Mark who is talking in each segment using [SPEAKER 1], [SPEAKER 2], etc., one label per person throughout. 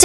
[SPEAKER 1] เ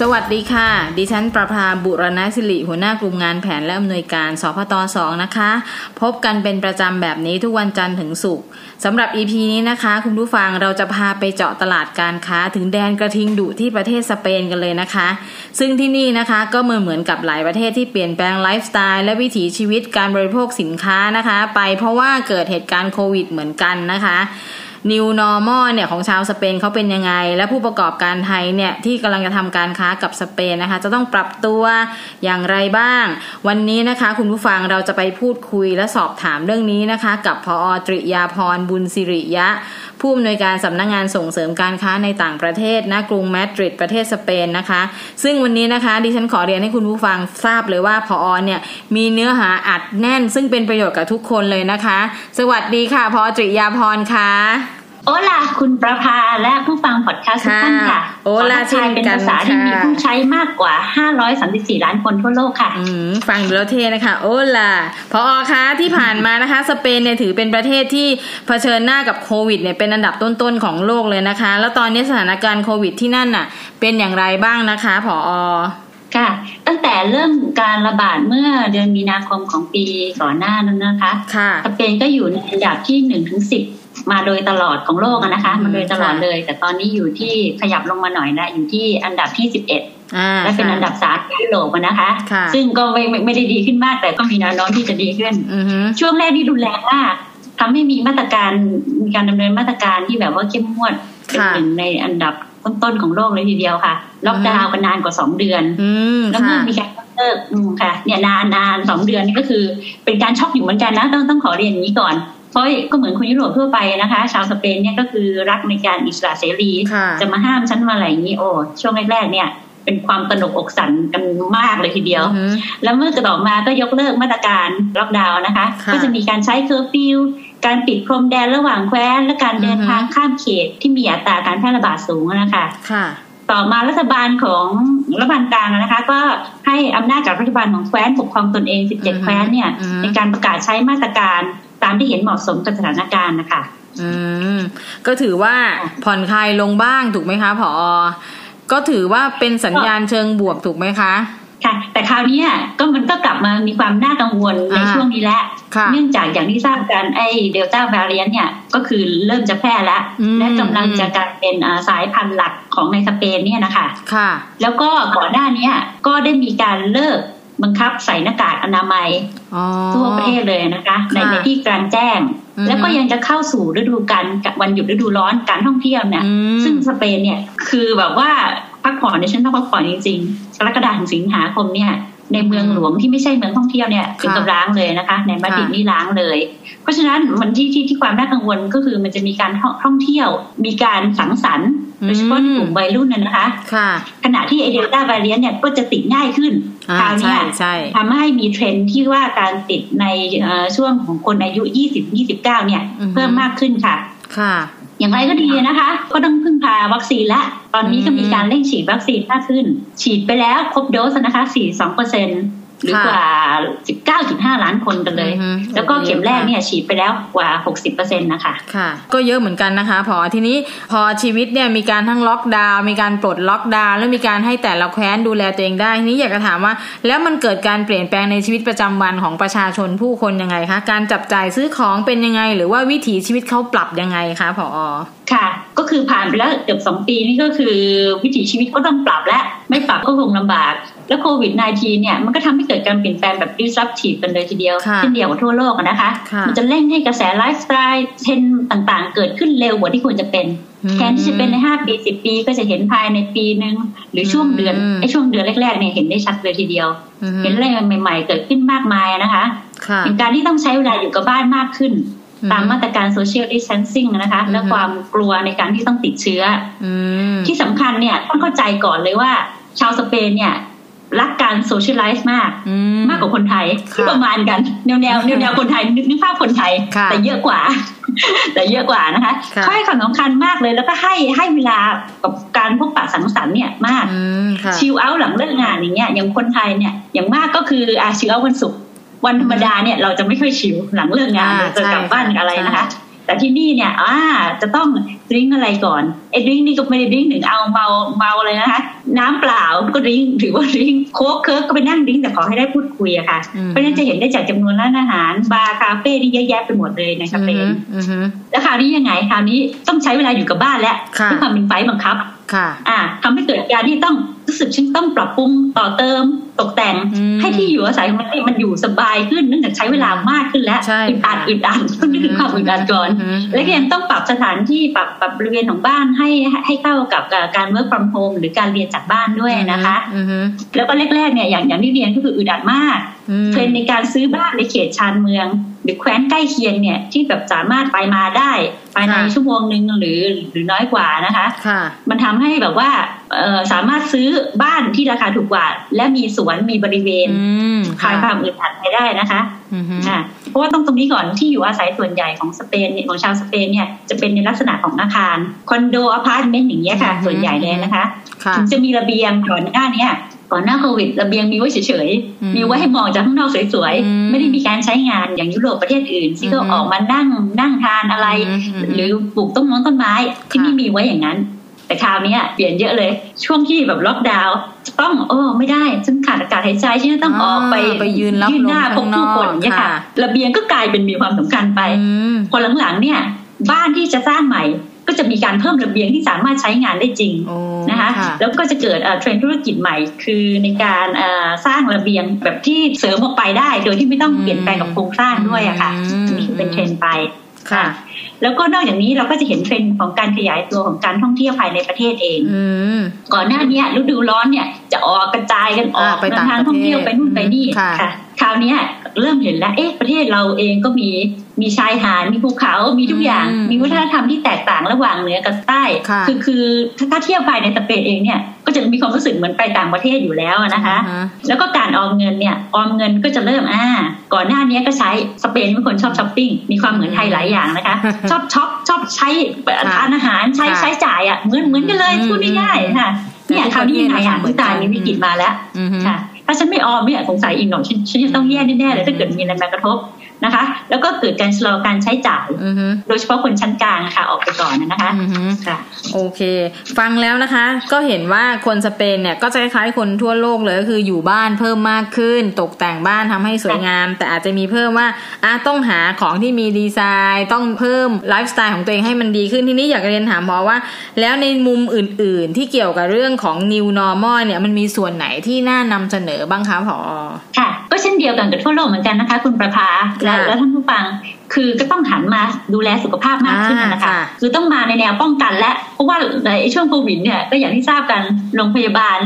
[SPEAKER 2] สวัสดีค่ะ ดิฉันประภาบุรณศิริหัวหน้ากลุ่มงานแผนและอำนวยการสพตสองนะคะ พบกันเป็นประจำแบบนี้ทุกวันจันทร์ถึงศุกร์สำหรับ EP นี้นะคะ คุณผู้ฟังเราจะพาไปเจาะตลาดการค้าถึงแดนกระทิงดุที่ประเทศสเปนกันเลยนะคะ ซึ่งที่นี่นะคะก็เหมือนเหมือนกับหลายประเทศที่เปลี่ยนแปลงไลฟ์สไตล์และวิถีชีวิตการบริโภคสินค้านะคะ ไปเพราะว่าเกิดเหตุการณ์โควิดเหมือนกันนะคะ New Normal เนี่ยของชาวสเปนเขาเป็นยังไง และผู้ประกอบการไทยเนี่ยที่กำลังจะทำการค้ากับสเปนนะคะ จะต้องปรับตัวอย่างไรบ้าง วันนี้นะคะ คุณผู้ฟังเราจะไปพูดคุยและสอบถามเรื่องนี้นะคะ กับพอตริยาพรบุญสิริยะ ผู้อำนวยการสำนักงงานส่งเสริมการค้าในต่างประเทศนะกรุงมาดริดประเทศสเปนนะคะ ซึ่งวันนี้นะคะ ดิฉันขอเรียนให้คุณผู้ฟังทราบเลยว่าพอเนี่ยมีเนื้อหาอัดแน่น ซึ่งเป็นประโยชน์กับทุกคนเลยนะคะ สวัสดีค่ะพอตริยาพรค่ะ
[SPEAKER 3] โอลาคุณประภาและผู้ฟังพอดแคสต์ทุกท่านค่ะ
[SPEAKER 2] ค่ะโอลา
[SPEAKER 3] ภษไทยเป็นภาษา
[SPEAKER 2] เช่น
[SPEAKER 3] ที่
[SPEAKER 2] กันค่ะ
[SPEAKER 3] มีผู้ใช้มากกว่า 534 ล้านคนทั่วโลกค่ะ
[SPEAKER 2] อืมฟังดูแล้วเท่นะคะ โอล่ะพออคะที่ผ่านมานะคะ สเปนเนี่ยถือเป็นประเทศที่เผชิญหน้ากับโควิดเนี่ยเป็นอันดับต้นๆของโลกเลยนะคะ แล้วตอนนี้สถานการณ์โควิดที่นั่นน่ะ เป็นอย่างไรบ้างนะคะพออ
[SPEAKER 3] ค่ะ ตั้งแต่เริ่มการระบาดเมื่อเดือนมีนาคมของปีก่อนหน้านั้นนะคะ
[SPEAKER 2] ค่ะ
[SPEAKER 3] สเปนก็อยู่ในอันดับที่หนึ่งถึงสิบมาโดยตลอดของโลกอะนะคะ
[SPEAKER 2] อืม
[SPEAKER 3] มาโดยตลอด
[SPEAKER 2] ค่ะ
[SPEAKER 3] เลย แต่ตอนนี้อยู่ที่ขยับลงมาหน่อยนะอยู่ที่อันดับที่สิบเอ็ด
[SPEAKER 2] อ่า
[SPEAKER 3] และเป็นอันดับสามของยุโรปอะนะคะ
[SPEAKER 2] ค่ะ
[SPEAKER 3] ซึ่งก็ไม่ไม่ไม่ได้ดีขึ้นมากแต่ก็มีแนวโน้มที่จะดีขึ้น
[SPEAKER 2] อือฮึ
[SPEAKER 3] ช่วงแรกนี่รุนแรงมากทำให้มีมาตรการมีการดำเนินมาตรการที่แบบว่าเข้มงวดเป็นหนึ่งในอันดับต้นๆของโลกเลยทีเดียวค่ะล็อกดาวน์กันนานกว่าสองเดือน
[SPEAKER 2] อืม
[SPEAKER 3] แล้วเมื่
[SPEAKER 2] ค่ะ
[SPEAKER 3] อมีการยกเลิกอืมค่ะ เนี่ยนานนานสองเดือนนี่ก็คือเป็นการช็อกอยู่เหมือนกันนะต้องต้องขอเรียนอย่างนี้ก่อน เพราะก็เหมือนคนยุโรปทั่วไปนะคะ ชาวสเปนเนี่ยก็คือรักในการอิสระเสรี
[SPEAKER 2] ค่ะ
[SPEAKER 3] จะมาห้ามฉันมาอะไรอย่างนี้โอ้ช่วงแรกๆเนี่ย เป็นความตระหนกอกสั่นกันมากเลยทีเดียว
[SPEAKER 2] อือฮึ
[SPEAKER 3] แล้วเมื่อต่อมาก็ยกเลิกมาตรการล็อกดาวน์นะคะ
[SPEAKER 2] ค่ะ
[SPEAKER 3] ก็จะมีการใช้เคอร์ฟิว การปิดพรมแดนระหว่างแคว้น และการเดิน
[SPEAKER 2] อือฮึ
[SPEAKER 3] ทางข้ามเขตที่มีอัตราการแพร่ระบาดสูงนะคะ
[SPEAKER 2] ค่ะ
[SPEAKER 3] ต่อมารัฐบาลของรัฐบาลกลางนะคะ ก็ให้อำนาจกับรัฐบาลของแคว้นปกครองตนเอง
[SPEAKER 2] อือฮึ
[SPEAKER 3] 17 แคว้นเนี่ย
[SPEAKER 2] อือฮึ
[SPEAKER 3] ในการประกาศใช้มาตรการตามที่เห็นเหมาะสมกับสถานการณ์นะคะ
[SPEAKER 2] อืมก็ถือว่าผ่อนคลายลงบ้างถูกไหมคะพออก็ถือว่าเป็นสัญญาณเชิงบวกถูกไหมคะ
[SPEAKER 3] ค่ะ แต่คราวเนี้ยก็มันก็กลับมามีความน่ากังวลใน
[SPEAKER 2] อ่า
[SPEAKER 3] ช่วงนี้แล้ว
[SPEAKER 2] ค่ะ
[SPEAKER 3] เนื่องจากอย่างที่ทราบกันไอ้เดลต้า a ว i เ n นเนี่ยก็คือเริ่มจะแพร่แล้ว
[SPEAKER 2] อืม
[SPEAKER 3] และกำลังจะกลายเป็นอ่าสายพันธุ์หลักของในสเปนเนี่ยนะคะ
[SPEAKER 2] ค่ะ
[SPEAKER 3] แล้วก็ก่อนหน้าเนี้ยก็ได้มีการเลิกบังคับใส่หน้ากากอนามัย
[SPEAKER 2] อ๋อ
[SPEAKER 3] ทั่วประเทศเลยนะคะใน
[SPEAKER 2] ค่ะ
[SPEAKER 3] ในที่กลางแจ้ง
[SPEAKER 2] อืม
[SPEAKER 3] แล้วก็ยังจะเข้าสู่ฤดูการวันหยุดฤดูร้อนการท่องเที่ยวเนี่ย
[SPEAKER 2] อืม
[SPEAKER 3] ซึ่งสเปนเนี่ยคือแบบว่าพักผ่อนในยฉันต้องพักผ่อนจริงๆกรกฎาคมถึงสิงหาคมเนี่ยในเมืองหลวงที่ไม่ใช่เมืองท่องเที่ยวเนี่ยถึงกับล้างเลยนะคะ ในมาดริด
[SPEAKER 2] ค่ะ
[SPEAKER 3] นี่ล้างเลย เพราะฉะนั้นมันที่ที่ที่ความน่ากังวลก็คือมันจะมีการท่องท่องเที่ยว มีการสังสรรค์โดยเฉพาะในกลุ่มวัยรุ่นน่ะนะคะ
[SPEAKER 2] ค่ะ
[SPEAKER 3] ขณะที่ไอเดลต้าไวรัสเนี่ยก็จะติดง่ายขึ้น
[SPEAKER 2] อ่า
[SPEAKER 3] คราว
[SPEAKER 2] ใช่
[SPEAKER 3] เนี้ย
[SPEAKER 2] ใช่
[SPEAKER 3] ทำให้มีเทรนด์ที่ว่าการติดในเอ่อช่วงของคนอายุ 20-29 เนี่ย
[SPEAKER 2] อือฮึ
[SPEAKER 3] เพิ่มมากขึ้นค่ะ
[SPEAKER 2] ค่ะ
[SPEAKER 3] อย่างไรก็ดีนะคะ ก็ต้องพึ่งพาวัคซีนและ ตอนนี้ก็
[SPEAKER 2] อืม
[SPEAKER 3] มีการเร่งฉีดวัคซีนมากขึ้น ฉีดไปแล้วครบโดสนะคะ 42เปอร์เซ็นหรือกว่า 19.5 ล้านคนกันเลย
[SPEAKER 2] อือฮึ
[SPEAKER 3] แล้วก็เข็มแรกเนี่ยฉีดไปแล้วกว่า 60เปอร์เซ็นต์นะคะ
[SPEAKER 2] ค่ะ ก็เยอะเหมือนกันนะคะ พอทีนี้พอชีวิตเนี่ยมีการทั้งล็อกดาวน์มีการปลดล็อกดาวน์แล้วมีการให้แต่ละแคว้นดูแลตัวเองได้ทีนี้อยากจะถามว่า แล้วมันเกิดการเปลี่ยนแปลงในชีวิตประจำวันของประชาชนผู้คนยังไงคะ การจับจ่ายซื้อของเป็นยังไง หรือว่าวิถีชีวิตเขาปรับยังไงคะพออ
[SPEAKER 3] ค่ะ ก็คือผ่านไปแล้วเกือบสองปีนี่ก็คือวิถีชีวิตก็ต้องปรับและไม่ปรับก็คงลำบาก แล้วโควิด -19 เนี่ยมันก็ทำให้เกิดการเปลี่ยนแปลงแบบ disruptive กันเลยทีเดียว
[SPEAKER 2] ค่ะ
[SPEAKER 3] เช่นเดียวกับทั่วโลกอะนะคะ
[SPEAKER 2] ค่ะ
[SPEAKER 3] มัจะเร่งให้กระแสไลฟ์สไตล์เทรนด์ต่างๆ เกิดขึ้นเร็วกว่าที่ควรจะเป็น แทนที่จะเป็นใน 5 ปี 10 ปี ก็จะเห็นภายในปีหนึ่งหรือช่วงเดือน
[SPEAKER 2] อืม
[SPEAKER 3] ไอ้ช่วงเดือนแรกๆเนี่ยเห็นได้ชัดเลยทีเดียว
[SPEAKER 2] อือฮึ
[SPEAKER 3] เห็นอะไรใหม่ๆ เกิดขึ้นมากมายอะนะคะ
[SPEAKER 2] ค่ะ
[SPEAKER 3] เป็นการที่ต้องใช้เวลาอยู่กับบ้านมากขึ้น
[SPEAKER 2] อืม
[SPEAKER 3] ตามมาตรการ social distancing นะคะ และ
[SPEAKER 2] อืม
[SPEAKER 3] ความกลัวในการที่ต้องติดเชื้อ
[SPEAKER 2] อืม
[SPEAKER 3] ที่สำคัญเนี่ยต้องเข้าใจก่อนเลยว่า ชาวสเปนเนี่ย รักการโซเชียลไลซ์มาก
[SPEAKER 2] อืม
[SPEAKER 3] มากกว่าคนไทย
[SPEAKER 2] ค่ะ
[SPEAKER 3] ประมาณกันแนวแนวแนวแนวคนไทยนึกนึกภาพคนไทย
[SPEAKER 2] ค่ะ
[SPEAKER 3] แต่เยอะกว่า แต่เยอะกว่านะคะ
[SPEAKER 2] ค่ะ
[SPEAKER 3] ค่อยคำสำคัญมากเลย แล้วก็ให้ให้เวลากับการพบปะสังสรรค์เนี่ยมาก
[SPEAKER 2] อืมค่ะ
[SPEAKER 3] ชิลเอาท์หลังเลิกงานอย่างเงี้ยอย่างคนไทยเนี่ยอย่างมากก็คืออาชิลเอาท์วันศุกร์วันธรรมดาเนี่ยเราจะไม่ค่อยชิลหลังเลิกงาน
[SPEAKER 2] อ่า
[SPEAKER 3] เราจะกลับบ้าน
[SPEAKER 2] ใช่ค่ะ
[SPEAKER 3] อะไรนะคะ
[SPEAKER 2] ใช่
[SPEAKER 3] แต่ที่นี่เนี่ยอ่าจะต้องดื่มอะไรก่อนไอ้ดื่มนี่ก็ไม่ได้ดื่มถึงเอาเมาเมาเลยนะคะ น้ำเปล่าก็ดื่มถือว่าดื่มโค้กเคิร์กก็ไปนั่งดื่มแต่ขอให้ได้พูดคุยอะค่ะ
[SPEAKER 2] อืม
[SPEAKER 3] เพราะฉะนั้นจะเห็นได้จากจำนวนร้านอาหารบาร์คาเฟ่นี่เยอะแยะไปหมดเลยในสเปน
[SPEAKER 2] อือฮึอือฮึ
[SPEAKER 3] แล้วคราวนี้ยังไงคราวนี้ต้องใช้เวลาอยู่กับบ้านแล้ว
[SPEAKER 2] ค่ะ
[SPEAKER 3] ด้วยความเป็นไฟล์บังคับ
[SPEAKER 2] ค่ะ
[SPEAKER 3] อ่าทำให้เกิดการที่ต้องรู้สึกฉันต้องปรับปรุงต่อเติมตกแต่ง
[SPEAKER 2] อืม
[SPEAKER 3] ให้ที่อยู่อาศัยของมันมันอยู่สบายขึ้นเนื่องจากใช้เวลามากขึ้นแล้ว
[SPEAKER 2] ใช่
[SPEAKER 3] อึดอัด
[SPEAKER 2] ค่ะ
[SPEAKER 3] อึดอัดต้องนึกถึงความอึดอัดก่อน
[SPEAKER 2] อืม
[SPEAKER 3] และก็ยังต้องปรับสถานที่ปรับปรับบริเวณของบ้านให้ให้ให้เข้ากับกับการ work from home หรือการเรียนจากบ้านด้วยนะคะ
[SPEAKER 2] อือฮึ
[SPEAKER 3] แล้วก็แรกๆเนี่ยอย่างอย่างที่เรียนก็คืออึดอัดมาก
[SPEAKER 2] อืม
[SPEAKER 3] เทรนด์ในการซื้อบ้านในเขตชานเมือง หรือแคว้นใกล้เคียงเนี่ยที่แบบสามารถไปมาได้ภายใน
[SPEAKER 2] ค่ะ
[SPEAKER 3] ชั่วโมงหนึ่งหรือหรือน้อยกว่านะคะ
[SPEAKER 2] ค่ะ
[SPEAKER 3] มันทำให้แบบว่าเอ่อสามารถซื้อบ้านที่ราคาถูกกว่า และมีสวนมีบริเวณ
[SPEAKER 2] อืม
[SPEAKER 3] คลายความอึดอัดไปได้นะคะ
[SPEAKER 2] อือฮึ
[SPEAKER 3] อ่าเพราะว่าต้องตรงนี้ก่อนที่อยู่อาศัยส่วนใหญ่ของสเปนเนี่ยของชาวสเปนเนี่ยจะเป็นในลักษณะของอาคารคอนโดอพาร์ตเมนต์อย่างเงี้ยค่ะ ส่วนใหญ่เลยนะคะ
[SPEAKER 2] ค่ะ
[SPEAKER 3] ถึงจะมีระเบียงก่อนหน้าเนี้ยก่อนหน้าโควิดระเบียงมีไว้เฉย
[SPEAKER 2] อืม
[SPEAKER 3] ๆมีไว้ให้มองจากข้างนอกสวย
[SPEAKER 2] อืม
[SPEAKER 3] ๆ ไม่ได้มีการใช้งานอย่างยุโรปประเทศอื่นที่ก็
[SPEAKER 2] อืม
[SPEAKER 3] ออกมานั่งนั่งทานอะไร
[SPEAKER 2] อืมอืม
[SPEAKER 3] หรือปลูกต้นไม้ต้นไม้ที่
[SPEAKER 2] ค่ะ
[SPEAKER 3] นี่มีไว้อย่างนั้น แต่คราวเนี้ยเปลี่ยนเยอะเลยช่วงที่แบบล็อกดาวน์จะต้องโอ้ไม่ได้ฉันขาดอากาศหายใจฉันจะต้องออกไป
[SPEAKER 2] อ่าไปยืนรับ
[SPEAKER 3] นหน้า
[SPEAKER 2] ลม
[SPEAKER 3] พบผู้คน
[SPEAKER 2] ข้างนอก
[SPEAKER 3] เนี่ยค่ะ
[SPEAKER 2] ค่ะ
[SPEAKER 3] ระเบียงก็กลายเป็นมีความสำคัญไป
[SPEAKER 2] อืม
[SPEAKER 3] พอหลังๆเนี่ยบ้านที่จะสร้างใหม่ก็จะมีการเพิ่มระเบียงที่สามารถใช้งานได้จริง
[SPEAKER 2] โอ้
[SPEAKER 3] นะคะ
[SPEAKER 2] ค่ะ
[SPEAKER 3] แล้วก็จะเกิดเอ่อเทรนด์ธุรกิจใหม่ คือในการเอ่อสร้างระเบียงแบบที่เสริมออกไปได้ โดยที่ไม่ต้อง
[SPEAKER 2] อืม
[SPEAKER 3] เปลี่ยนแปลงกับโครงสร้างด้วยอะค่ะ
[SPEAKER 2] อืม
[SPEAKER 3] อันนี่คือเป็นเทรนด์ไป
[SPEAKER 2] ค่ะ
[SPEAKER 3] แล้วก็นอกจากนี้เราก็จะเห็นเทรนด์ของการขยายตัวของการท่องเที่ยวภายในประเทศเอง
[SPEAKER 2] อืม
[SPEAKER 3] ก่อนหน้าเนี้ยฤดูร้อนเนี่ยจะออกกระจายกันออก
[SPEAKER 2] อ่าไปต่าง
[SPEAKER 3] เดินทางท่องเที่ยว
[SPEAKER 2] ประเทศ
[SPEAKER 3] ไปนู่นไปนี่
[SPEAKER 2] ค่ะ
[SPEAKER 3] คราวเนี้ยเริ่มเห็นแล้วเอ๊ะประเทศเราเองก็มีมีชายหาดมีภูเขามีทุกอย่าง
[SPEAKER 2] อืม
[SPEAKER 3] มีวัฒนธรรมที่แตกต่างระหว่างเหนือกับใต้
[SPEAKER 2] ค่ะ
[SPEAKER 3] อคือถ้าเที่ยวภายในสเปนเองเนี่ยก็จะมีความรู้สึกเหมือนไปต่างประเทศอยู่แล้วนะคะ
[SPEAKER 2] อือฮะ
[SPEAKER 3] แล้วก็การออมเงินเนี่ยออมเงินก็จะเริ่มอ่าก่อนหน้าเนี้ยก็ใช้สเปนเป็นคนชอบช้อปปิ้งมีความเหมือนไทยหลายอย่าง นะคะ ชอบช็อปชอบใช้ทานอาหารใช้
[SPEAKER 2] ค่ะ
[SPEAKER 3] ใช้จ่ายอ่ะเหมือนเหมือนกันเลย
[SPEAKER 2] อืม
[SPEAKER 3] พูดง่ายๆค่ะ เนี่ยคราวนี้ยังไงอ่ะ
[SPEAKER 2] เหมื
[SPEAKER 3] คุ
[SPEAKER 2] อ
[SPEAKER 3] ณ
[SPEAKER 2] นกั
[SPEAKER 3] ตาน ยมีวิกฤตมาแล้ว
[SPEAKER 2] อืม
[SPEAKER 3] ค่ะ ถ้าฉันไม่ออมเนี่ยสงสัยอีกหน่อยฉันฉันจะต้องแย่แน่ๆเลยถ้าเกิดมีอะไรมากระทบนะคะ แล้วก็เกิดการชะลอการใช้จ่าย
[SPEAKER 2] อือฮึ
[SPEAKER 3] โดยเฉพาะคนชั้นกลางอะค่ะออกไปก่อนนะคะ
[SPEAKER 2] อือฮึ
[SPEAKER 3] ค่ะ
[SPEAKER 2] โอเค ฟังแล้วนะคะ ก็เห็นว่าคนสเปนเนี่ยก็จะคล้ายๆคนทั่วโลกเลยก็คืออยู่บ้านเพิ่มมากขึ้น ตกแต่งบ้านทำให้สวยงาม แต่อาจจะมีเพิ่มว่าอ่ะต้องหาของที่มีดีไซน์ ต้องเพิ่มไลฟ์สไตล์ของตัวเองให้มันดีขึ้นทีนี้อยากเรียนถามหมอว่า แล้วในมุมอื่นๆ ที่เกี่ยวกับเรื่องของ new normal เนี่ยมันมีส่วนไหนที่น่านำเสนอบ้างคะผอ
[SPEAKER 3] ค่ะก็เช่นเดียวกันกับทั่วโลกเหมือนกันนะคะ คุณประภาและ
[SPEAKER 2] ค่ะ
[SPEAKER 3] และท่านผู้ฟัง คือก็ต้องหันมาดูแลสุขภาพมากขึ้น
[SPEAKER 2] อ่า
[SPEAKER 3] นะคะ
[SPEAKER 2] ค่ะ
[SPEAKER 3] คือต้องมาในแนวป้องกันและเพราะว่าในช่วงโควิดเนี่ยก็อย่างที่ทราบกันโรงพยาบาล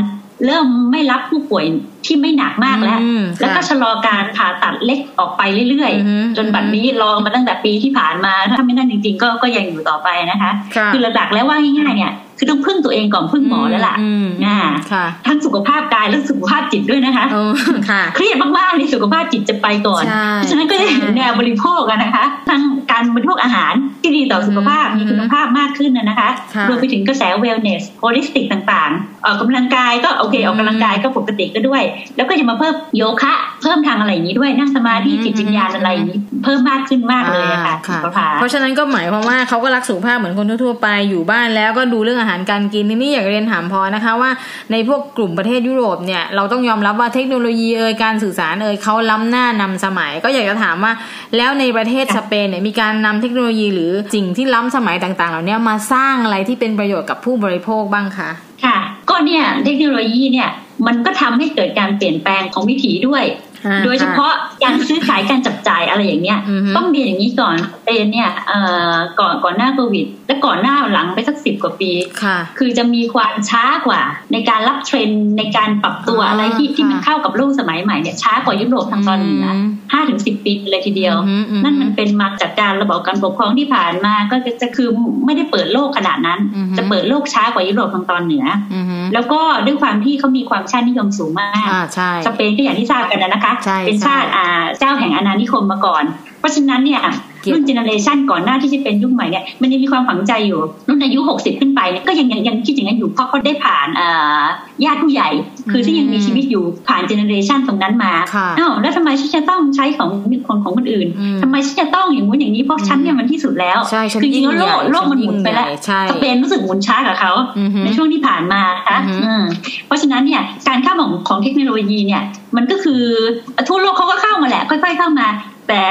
[SPEAKER 3] เริ่มไม่รับผู้ป่วยที่ไม่หนักมากแล้ว
[SPEAKER 2] อืมค่ะ
[SPEAKER 3] แล้วก็ชะลอการผ่าตัดเล็กออกไปเรื่อย
[SPEAKER 2] อือฮึ
[SPEAKER 3] ๆ จนบัดนี้รอมาตั้งแต่ปีที่ผ่านมาถ้าไม่นั่นจริงๆ ก็ก็ยังอยู่ต่อไปนะคะ
[SPEAKER 2] ค่ะ
[SPEAKER 3] อระดับแล้วว่าง่ายๆเนี่ยคือต้องพึ่งตัวเองก่อนพึ่งหมอแล้วล่ะ
[SPEAKER 2] ม
[SPEAKER 3] อ่า
[SPEAKER 2] ค่ะ
[SPEAKER 3] ทั้งสุขภาพกายและสุขภาพจิตด้วยนะคะ
[SPEAKER 2] เออ ค่ะ
[SPEAKER 3] เครียดมากๆในสุขภาพจิตจะไปก่อน
[SPEAKER 2] ใช่
[SPEAKER 3] เพราะฉะนั้นก็จะเห็นแนวบริโภคอะนะคะ ทั้งการบริโภคอาหารที่ดีต่อสุขภาพ
[SPEAKER 2] อืม
[SPEAKER 3] มีคุณภาพมากขึ้นนะนะคะ
[SPEAKER 2] ค่ะ
[SPEAKER 3] รวมไปถึงกระแสเวลเนสโฮลิสติกต่างๆ ออกกำลังกายก็โอเค
[SPEAKER 2] อืม
[SPEAKER 3] ออกกำลังกายก็ปกติก็ด้วย แล้วก็จะมาเพิ่มโยคะ เพิ่มทางอะไรอย่างนี้ด้วย นั่งสมาธิ
[SPEAKER 2] อืม
[SPEAKER 3] จิตวิญญาณอะไรอย่างนี้ เพิ่มมากขึ้นมากเลยอะค่ะ
[SPEAKER 2] อ่า
[SPEAKER 3] คุณประภา
[SPEAKER 2] เพราะฉะนั้นก็หมายความว่าเขาก็รักสุขภาพเหมือนคนทั่วๆไปอยู่บ้านแล้วก็ดูเรื่องอาหารการกินทีนี่อยากเรียนถามพอนะคะว่าในพวกกลุ่มประเทศยุโรปเนี่ยเราต้องยอมรับว่าเทคโนโลยีเอ่ยการสื่อสารเอ่ยเขาล้ำหน้านำสมัย ก็อยากจะถามว่า แล้วในประเทศสเปนเนี่ยมีการนำเทคโนโลยีหรือสิ่งที่ล้ำสมัยต่างๆ เหล่านี้มาสร้างอะไรที่เป็นประโยชน์กับผู้บริโภคบ้างคะ
[SPEAKER 3] ค่ะ ก็เนี่ยเทคโนโลยีเนี่ยมันก็ทำให้เกิดการเปลี่ยนแปลงของวิถีด้วย
[SPEAKER 2] อ่า
[SPEAKER 3] โดยเฉพาะการซื้อขายการจับจ่ายอะไรอย่างเงี้ย
[SPEAKER 2] อือฮึ
[SPEAKER 3] ต้องเรียนอย่างนี้ก่อนเปนเนี่ยเอ่อก่อนก่อนหน้าโควิด และก่อนหน้าหลังไปสักสิบกว่าปี
[SPEAKER 2] ค่ะ
[SPEAKER 3] คือจะมีความช้ากว่า ในการรับเทรนด์ในการปรับตัว
[SPEAKER 2] อ่า
[SPEAKER 3] อะไรที่ที่มัน
[SPEAKER 2] ค่ะ
[SPEAKER 3] เข้ากับโลกสมัยใหม่เนี่ยช้ากว่ายุโรปทางตอนเหนืออ
[SPEAKER 2] ม
[SPEAKER 3] ห้าถึงสิบปีเลยทีเดียว
[SPEAKER 2] อือฮึ
[SPEAKER 3] นั่นมันเป็นมาจากการระบอบการปกครองที่ผ่านมาก็จะจะคือไม่ได้เปิดโลกขนาดนั้น
[SPEAKER 2] อือฮึ
[SPEAKER 3] จะเปิดโลกช้ากว่ายุโรปทางตอนเหนือ
[SPEAKER 2] อือฮึ
[SPEAKER 3] แล้วก็ด้วยความที่เขามีความชาตินิยมสูงมาก
[SPEAKER 2] อ่าใช่
[SPEAKER 3] สเปนก็อย่างที่ทราบกันนะนะคะ
[SPEAKER 2] ใช่
[SPEAKER 3] เป็นชาติอ่าเจ้าแห่งอาณานิคมมาก่อน เพราะฉะนั้นเนี่ย
[SPEAKER 2] เกี่ยว
[SPEAKER 3] รุ่นเจเนอเรชันก่อนหน้าที่จะเป็นยุคใหม่เนี่ยมันยังมีความฝังใจอยู่รุ่นอายุ 60 ขึ้นไปเนี่ยก็ยังยังยังคิดอย่างนั้นอยู่เพราะเขาได้ผ่านอ่าญาติผู้ใหญ่ คือที่ยังมีชีวิตอยู่ผ่านเจเนอเรชันตรงนั้นมา
[SPEAKER 2] ค่ะ
[SPEAKER 3] อ้าวแล้วทำไมฉันจะต้องใช้ของคนของคนอื่น
[SPEAKER 2] อืม
[SPEAKER 3] ทำไมฉันจะต้องอย่างงู้นอย่างนี้เพราะฉันเนี่ยมันที่สุดแล้ว
[SPEAKER 2] ใช่ฉัน
[SPEAKER 3] คือจริงๆแล้วโล
[SPEAKER 2] ยิ่
[SPEAKER 3] ก
[SPEAKER 2] ใญ่
[SPEAKER 3] โลกมันหมุนไปแล้ว
[SPEAKER 2] ฉัยิ่งใญ่ใช่
[SPEAKER 3] สเปนรู้สึกหมุนช้ากว่าเขา
[SPEAKER 2] อือฮึ
[SPEAKER 3] ในช่วงที่ผ่านมานะคะ
[SPEAKER 2] อือฮึ
[SPEAKER 3] อืมเพราะฉะนั้นเนี่ยการเข้าของของเทคโนโลยีเนี่ยมันก็คือทั่วโลกเขาก็เข้ามาแหละค่อยๆเข้ามา แต่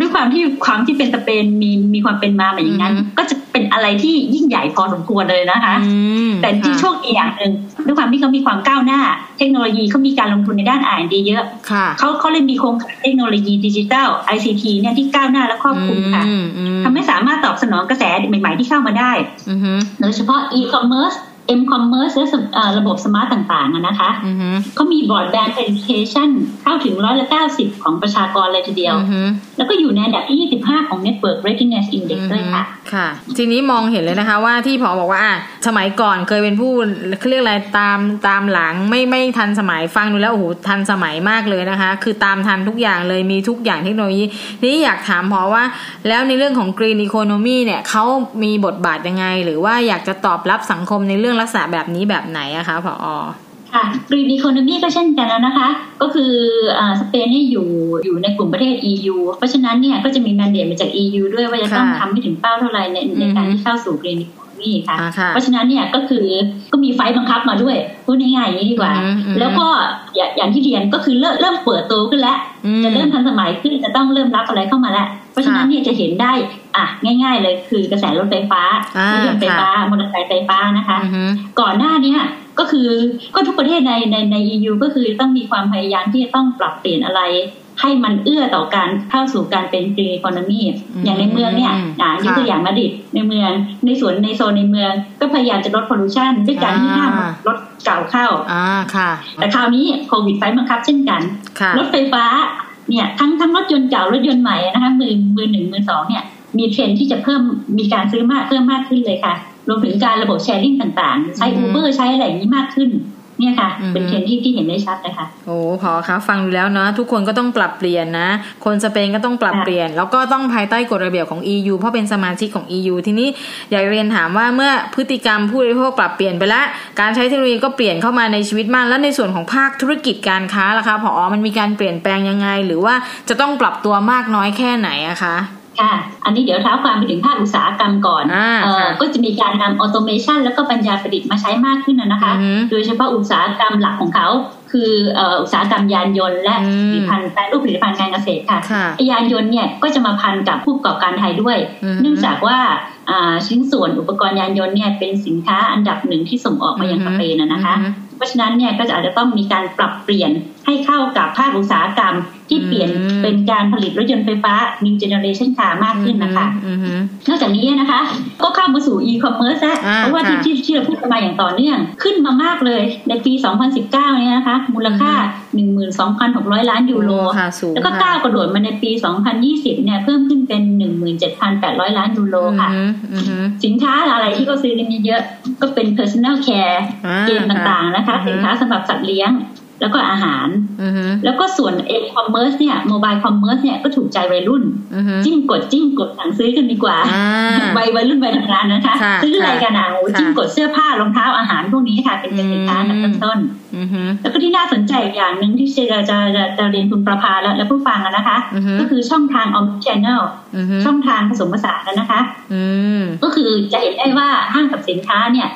[SPEAKER 3] ด้วยความที่ความที่เป็นสเปนมีมีความเป็นมาแบบอย่างนั้น ก็จะเป็นอะไรที่ยิ่งใหญ่พอสมควรเลยนะคะ
[SPEAKER 2] อืม
[SPEAKER 3] แต่ที่
[SPEAKER 2] ค่ะ
[SPEAKER 3] โชคดีอย่างหนึ่งด้วยความที่เขามีความก้าวหน้า เทคโนโลยีเขามีการลงทุนในด้าน R&D เยอะ
[SPEAKER 2] ค่ะ
[SPEAKER 3] เขาเขาเลยมีโครงการเทคโนโลยีดิจิทัล ICT เนี่ยที่ก้าวหน้าและครอบคลุมค่ะ
[SPEAKER 2] อืมอืม
[SPEAKER 3] ทำให้สามารถตอบสนองกระแสใหม่ ๆที่เข้ามาได้
[SPEAKER 2] อือฮึ
[SPEAKER 3] โดยเฉพาะ e-commerce m-commerce และสำเอ่อระบบสมาร์ตต่างๆอะนะคะ
[SPEAKER 2] อือฮึ
[SPEAKER 3] เขามีบอร์ดแบนด์ penetration เข้าถึงร้อยละ90 ของประชากรเลยทีเดียว
[SPEAKER 2] อือฮึ
[SPEAKER 3] แล้วก็อยู่ในอันดับที่ 25 ของ network readiness index ด้วยค่ะ
[SPEAKER 2] ค่ะ ทีนี้มองเห็นเลยนะคะว่าที่ผอบอกว่าอ่ะสมัยก่อนเคยเป็นผู้เขาเรียกอะไรตามตามหลังไม่ไม่ทันสมัยฟังดูแล้วโอ้โหทันสมัยมากเลยนะคะ คือตามทันทุกอย่างเลยมีทุกอย่างเทคโนโลยีทีนี้อยากถามผอว่า แล้วในเรื่องของ Green Economy เนี่ยเขามีบทบาทยังไง หรือว่าอยากจะตอบรับสังคมในเรื่องลักษณะแบบนี้แบบไหนอะคะผอ
[SPEAKER 3] ค่ะ green economy ก็เช่นกันแล้วนะคะ ก็คืออาสเปนเนี่ยอยู่อยู่ในกลุ่มประเทศ EU เพราะฉะนั้นเนี่ยก็จะมี mandate มาจาก EU ด้วยว่าจะต้องทำให้ถึงเป้าเท่าไหร่ในในการที่เข้าสู่ green economy ค่ะ
[SPEAKER 2] อ่ะค่ะ
[SPEAKER 3] เพราะฉะนั้นเนี่ยก็คือก็มีไฟล์บังคับมาด้วยพูดง่ายๆอย่างนี้ดีกว่า
[SPEAKER 2] อืมอืม
[SPEAKER 3] แล้วก็อย่าอย่างที่เรียนก็คือเริ่มเริ่มเปิดตัวขึ้นแล้ว
[SPEAKER 2] อืม
[SPEAKER 3] จะเริ่มทันสมัยขึ้นจะต้องเริ่มรับอะไรเข้ามาแล้ว เพราะฉะนั้นเนี่ยจะเห็นได้อ่ะง่าย ๆ เลยคือกระแสรถไฟฟ้า
[SPEAKER 2] อ่าร
[SPEAKER 3] ถยนต์ไฟ
[SPEAKER 2] ค่ะ
[SPEAKER 3] ฟ้ามอเตอร์ไซค์ไฟฟ้านะคะ
[SPEAKER 2] อือฮึ
[SPEAKER 3] ก่อนหน้าเนี้ยก็คือก็ทุกประเทศในในใน EU ก็คือต้องมีความพยายามที่จะต้องปรับเปลี่ยนอะไร ให้มันเอื้อต่อการเข้าสู่การเป็น green economy อย่างในเมืองเนี่ยอ่ะยกตัวอย่างมาดริดในเมืองในสวนในโซนในเมือง ก็พยายามจะลด pollution ด้วยการที่ห้ามรถเก่าเข้า
[SPEAKER 2] อ่าค่ะ
[SPEAKER 3] แต่คราวนี้โควิดไฟบังคับเช่นกัน
[SPEAKER 2] ค่ะ
[SPEAKER 3] รถไฟฟ้าเนี่ยทั้งทั้งรถยนต์เก่ารถยนต์ใหม่นะคะมือมือหนึ่งมือสองเนี่ยมีเทรนด์ที่จะเพิ่มมีการซื้อมากเพิ่มมากขึ้นเลยค่ะ รวมถึงการระบบแชร์ลิงต่างๆ ใช้ Uber ใช้อะไรอย่างนี้มากขึ้นเนี่ยค่ะ เป็นเทรนด์ที่ที่เห็นได้ชัดนะคะ
[SPEAKER 2] โอ้ผอคะฟังดูแล้วเนาะทุกคนก็ต้องปรับเปลี่ยนนะ คนสเปนก็ต้องปรับ
[SPEAKER 3] ค่ะ
[SPEAKER 2] เปลี่ยน แล้วก็ต้องภายใต้กฎระเบียบของ EU เพราะเป็นสมาชิกของ EU ทีนี้อยากเรียนถามว่าเมื่อพฤติกรรมผู้บริโภคปรับเปลี่ยนไปแล้วการใช้เทคโนโลยีก็เปลี่ยนเข้ามาในชีวิตมากแล้วในส่วนของภาคธุรกิจการค้าล่ะคะผอมันมีการเปลี่ยนแปลงยังไง หรือว่าจะต้องปรับตัวมากน้อยแค่ไหนอะคะ
[SPEAKER 3] ค่ะ อันนี้เดี๋ยวเท้าความไปถึงภาคอุตสาหกรรมก่อน
[SPEAKER 2] อ่า
[SPEAKER 3] เอ่อ
[SPEAKER 2] ค่ะ
[SPEAKER 3] ก็จะมีการนำออโตเมชันแล้วก็ปัญญาประดิษฐ์มาใช้มากขึ้นนะนะคะ
[SPEAKER 2] อือหือ
[SPEAKER 3] โดยเฉพาะอุตสาหกรรมหลักของเขา คือเอ่ออุตสาหกรรมยานยนต์และ
[SPEAKER 2] อืม
[SPEAKER 3] ผลิตภัณฑ์แปรรูปผลิตภัณฑ์การเกษตรค่ะ
[SPEAKER 2] ค่ะ
[SPEAKER 3] ยานยนต์เนี่ยก็จะมาพันกับผู้ประกอบการไทยด้วย
[SPEAKER 2] อือฮึ
[SPEAKER 3] เนื่องจากว่าอ่าชิ้นส่วนอุปกรณ์ยานยนต์เนี่ยเป็นสินค้าอันดับหนึ่งที่ส่งออกมายัง
[SPEAKER 2] อือ
[SPEAKER 3] ส
[SPEAKER 2] ฮึ
[SPEAKER 3] เปนนะนะคะ เพราะฉะนั้นเนี่ยก็จะอาจจะต้องมีการปรับเปลี่ยนให้เข้ากับภาคอุตสาหกรรมที่เปลี่ยน
[SPEAKER 2] อืม
[SPEAKER 3] เป็นการผลิตรถยนต์ไฟฟ้า new generation car มากขึ้นนะคะ
[SPEAKER 2] อือฮึ
[SPEAKER 3] นอกจากนี้นะคะ ก็เข้ามาสู่ e-commerce แล้ว
[SPEAKER 2] อ่า
[SPEAKER 3] เพราะว่าที่
[SPEAKER 2] ค่ะ
[SPEAKER 3] ที่ที่เราพูดกันมาอย่างต่อเนื่อง ขึ้นมามากเลยในปี 2019 เนี่ยนะคะ มูลค่า 12,600 ล้านยูโร
[SPEAKER 2] ค่ะสูง
[SPEAKER 3] แล้วก็
[SPEAKER 2] ค่ะ
[SPEAKER 3] ก้าวกระโดดมาในปี 2020 เนี่ยเพิ่มขึ้นเป็น 17,800 ล้านยูโรค่ะ
[SPEAKER 2] อือฮึอือฮึ
[SPEAKER 3] สินค้าอะไรที่เขาซื้อกันเยอะๆก็เป็น personal care
[SPEAKER 2] อ่า
[SPEAKER 3] เกมต่างๆนะคะ
[SPEAKER 2] ค่ะ
[SPEAKER 3] สินค้าสำหรับสัตว์เลี้ยง แล้วก็อาหาร
[SPEAKER 2] อือฮึ
[SPEAKER 3] แล้วก็ส่วน e-commerce เนี่ย mobile commerce เนี่ยก็ถูกใจวัยรุ่น
[SPEAKER 2] อือฮึ
[SPEAKER 3] จิ้มกดจิ้มกดสั่งซื้อกันดีกว่า
[SPEAKER 2] อ่า
[SPEAKER 3] วัยวัยรุ่นวัยทำงานนะคะ
[SPEAKER 2] ค่ะ
[SPEAKER 3] ซื้ออะไรกันอ่ะโอ้โห
[SPEAKER 2] ค่ะ
[SPEAKER 3] จิ้มกดเสื้อผ้ารองเท้าอาหารพวกนี้ค่ะ เป็นสินค้าอันดับต้นๆ
[SPEAKER 2] อือฮึ
[SPEAKER 3] แล้วก็ที่น่าสนใจอีกอย่างหนึ่งที่จะจะจะจะจะเรียนคุณประภาและและผู้ฟังอะนะคะ
[SPEAKER 2] อือฮึ
[SPEAKER 3] ก็คือช่องทาง omni channel
[SPEAKER 2] อือฮึ
[SPEAKER 3] ช่องทางผสมผสานนะนะคะ
[SPEAKER 2] อืม
[SPEAKER 3] ก็คือจะเห็นได้ว่าห้างสรรพสินค้าเนี่ย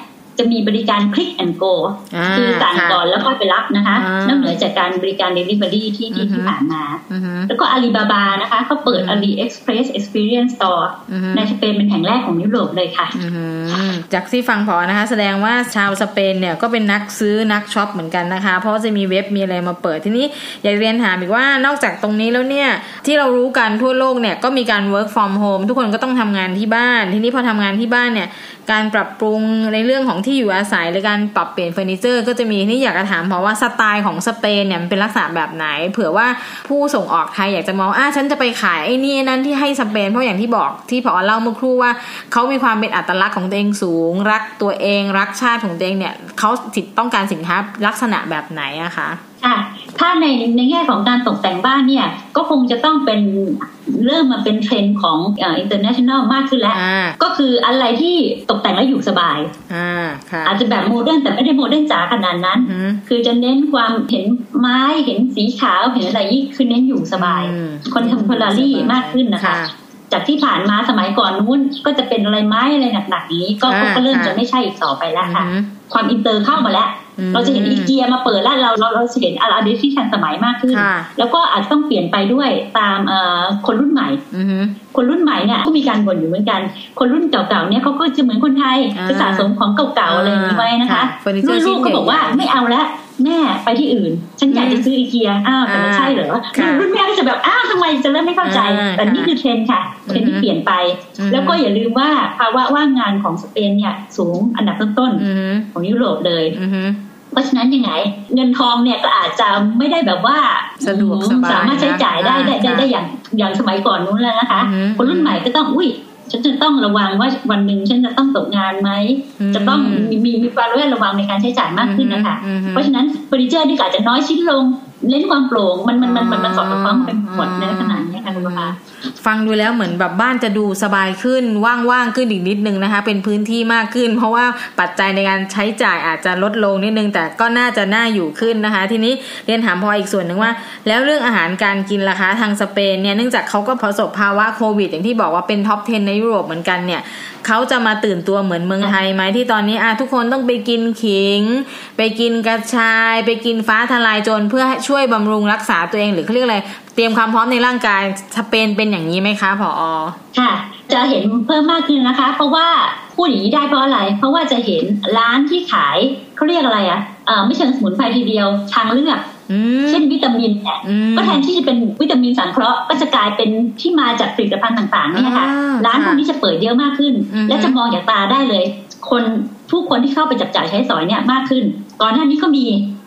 [SPEAKER 3] จะมีบริการ click and go
[SPEAKER 2] อ่า
[SPEAKER 3] คือสั่ง
[SPEAKER 2] ค่ะ
[SPEAKER 3] ก่อนแล้วค่อยไปรับนะคะ
[SPEAKER 2] อ่าน
[SPEAKER 3] อกเหนือจากการบริการ delivery ที่ที่
[SPEAKER 2] อือฮึ
[SPEAKER 3] ที่ผ่านมา
[SPEAKER 2] อือฮึ
[SPEAKER 3] แล้วก็ Alibaba นะคะเขาเปิด
[SPEAKER 2] อือฮึ
[SPEAKER 3] Ali Express Experience Store
[SPEAKER 2] อือฮึ
[SPEAKER 3] ในสเปนเป็นแห่งแรกของยุโรปเลยค่ะ
[SPEAKER 2] อืมจากที่ฟังพอนะคะ แสดงว่าชาวสเปนเนี่ยก็เป็นนักซื้อนักช็อปเหมือนกันนะคะ เพราะจะมีเว็บมีอะไรมาเปิดที่นี้อยากเรียนถามอีกว่านอกจากตรงนี้แล้วเนี่ย ที่เรารู้กันทั่วโลกเนี่ยก็มีการ work from home ทุกคนก็ต้องทำงานที่บ้าน ทีนี้พอทำงานที่บ้านเนี่ย การปรับปรุงในเรื่องของที่อยู่อาศัยหรือการปรับเปลี่ยนเฟอร์นิเจอร์ก็จะมีนี่อยากจะถามเพราะว่าสไตล์ของสเปนเนี่ยมันเป็นลักษณะแบบไหน เผื่อว่าผู้ส่งออกไทยอยากจะมองอ่ะฉันจะไปขายไอ้นี่นั่นที่ให้สเปนเพราะอย่างที่บอกที่พอเล่าเมื่อครู่ว่าเขามีความเป็นอัตลักษณ์ของตัวเองสูง รักตัวเอง รักชาติของตัวเองเนี่ยเขาติดต้องการสินค้าลักษณะแบบไหนอะคะ
[SPEAKER 3] ค่ะถ้าในในแง่ของการตกแต่งบ้านเนี่ย ก็คงจะต้องเป็นเริ่มมาเป็นเทรนด์ของเอ่อ international มากขึ้นแล้ว
[SPEAKER 2] อ่า
[SPEAKER 3] ก็คืออะไรที่ตกแต่งแล้วอยู่สบาย
[SPEAKER 2] อ่าค่ะ
[SPEAKER 3] อาจจะแบบโมเดิร์นแต่ไม่ได้โมเดิร์นจ๋าขนาดนั้น
[SPEAKER 2] อืม
[SPEAKER 3] คือจะเน้นความเห็นไม้เห็นสีขาวเห็นอะไรยี่คือเน้นอยู่สบาย
[SPEAKER 2] อืม
[SPEAKER 3] คนทำพลารี่
[SPEAKER 2] สบาย
[SPEAKER 3] มากขึ้นนะคะ
[SPEAKER 2] ค่ะ
[SPEAKER 3] จากที่ผ่านมาสมัยก่อนนู้นก็จะเป็นอะไรไม้อะไรหนักๆอย่างนี้ก็
[SPEAKER 2] อ่า
[SPEAKER 3] ก็เริ่ม
[SPEAKER 2] ค่ะ
[SPEAKER 3] จะไม่ใช่อีกต่อไปแล้วค่ะ
[SPEAKER 2] อือหือ
[SPEAKER 3] ความอินเตอร์เข้ามาแล้ว
[SPEAKER 2] อืม
[SPEAKER 3] เราจะเห็นอีเกียมาเปิดแล้วเราเราเราจะเห็นอะไรที่ทันสมัยมากขึ้น
[SPEAKER 2] ค่ะ
[SPEAKER 3] แล้วก็อาจจะต้องเปลี่ยนไปด้วยตามเอ่อคนรุ่นใหม่
[SPEAKER 2] อือหือ
[SPEAKER 3] คนรุ่นใหม่เนี่ยก็มีการบ่นอยู่เหมือนกัน คนรุ่นเก่าๆเนี่ยเขาก็จะเหมือนคนไทย
[SPEAKER 2] อ่า
[SPEAKER 3] ไปสะสมของเก่าๆอะไรอย่างนี้ไว้นะคะ
[SPEAKER 2] อ่าเฟอร์นิเจอ
[SPEAKER 3] รุ่
[SPEAKER 2] ร์
[SPEAKER 3] นลูกก็บอกว่า
[SPEAKER 2] ชิ้นใหญ่ๆ
[SPEAKER 3] ไม่เอาละแม่ไปที่อื่น ฉันอยากจะซื้ออีเกียอ้าวแต่ไม่
[SPEAKER 2] อ่า
[SPEAKER 3] ใช่เหรอ
[SPEAKER 2] ค่ะ
[SPEAKER 3] รุ่นแม่ก็จะแบบอ้าวทำไมจะเริ่มไม่เข้าใจ
[SPEAKER 2] อ่า
[SPEAKER 3] แต่นี่คือเทรนด์ค่ะเทรนด์ที่
[SPEAKER 2] อือฮึ
[SPEAKER 3] เปลี่ยนไป
[SPEAKER 2] อือฮึ
[SPEAKER 3] แล้วก็อย่าลืมว่าภาวะว่างงานของสเปนเนี่ยสูงอันดับต้น
[SPEAKER 2] อือหือ
[SPEAKER 3] ๆของยุโรปเลย
[SPEAKER 2] อือหือ
[SPEAKER 3] เพราะฉะนั้นยังไงเงินทองเนี่ยก็อาจจะไม่ได้แบบว่า
[SPEAKER 2] สะดวกสบาย
[SPEAKER 3] สามารถใช้จ่ายได้
[SPEAKER 2] นะ
[SPEAKER 3] ได้ได้
[SPEAKER 2] ค่ะ
[SPEAKER 3] ได้อย่างอย่างสมัยก่อนนู้นแล้วนะคะ
[SPEAKER 2] อือฮึ
[SPEAKER 3] คนรุ่นใหม่ก็ต้องอุ้ยฉันจะต้องระวังว่าวันหนึ่งฉันจะต้องตกงานไหม
[SPEAKER 2] อืม
[SPEAKER 3] จะต้องมีมีมีความระแวดระวังในการใช้จ่ายมากขึ้นนะคะ
[SPEAKER 2] อือฮึอือฮึ
[SPEAKER 3] เพราะฉะนั้นเฟอร์นิเจอร์นี่ก็อาจจะน้อยชิ้นลงเล่นความโปร่งมันมันมันมันมันสอดคล้องเป็นหมดในลักษณะเนี้ยค่ะคุณประภา
[SPEAKER 2] ฟังดูแล้วเหมือนแบบบ้านจะดูสบายขึ้นว่างๆขึ้นอีกนิดนึงนะคะ เป็นพื้นที่มากขึ้น เพราะว่าปัจจัยในการใช้จ่ายอาจจะลดลงนิดนึง แต่ก็น่าจะน่าอยู่ขึ้นนะคะ ทีนี้เรียนถามพลอยอีกส่วนหนึ่งว่า แล้วเรื่องอาหารการกินล่ะคะทางสเปนเนี่ยเนื่องจากเขาก็ประสบภาวะโควิด อย่างที่บอกว่าเป็นท็อป 10 ในยุโรปเหมือนกันเนี่ยเขาจะมาตื่นตัวเหมือนเมืองไทยไหมที่ตอนนี้อ่ะทุกคนต้องไปกินขิง ไปกินกระชาย ไปกินฟ้าทลายโจรเพื่อให้ช่วยบำรุงรักษาตัวเองหรือเขาเรียกอะไร เตรียมความพร้อมในร่างกายสเปนเป็นอย่างนี้ไหมคะผออ
[SPEAKER 3] ค่ะ จะเห็นเพิ่มมากขึ้นนะคะ เพราะว่าพูดอย่างนี้ได้เพราะอะไร เพราะว่าจะเห็นร้านที่ขายเขาเรียกอะไรอะ่ะเอ่อไม่เชิงสมุนไพรทีเดียวทางเลือก
[SPEAKER 2] อืม
[SPEAKER 3] เช่นวิตามินเนี่ย
[SPEAKER 2] อืม
[SPEAKER 3] ก็แทนที่จะเป็นวิตามินสังเคราะห์ก็จะกลายเป็นที่มาจากผลิตภัณฑ์ต่างๆเนี่ยนะคะ
[SPEAKER 2] อ่า
[SPEAKER 3] ร้านพวกนี้จะเปิดเยอะมากขึ้น
[SPEAKER 2] อือฮึ
[SPEAKER 3] และจะมองอย่างตาได้เลย คนผู้คนที่เข้าไปจับจ่ายใช้สอยเนี่ยมากขึ้นก่อนหน้านี้ก็มี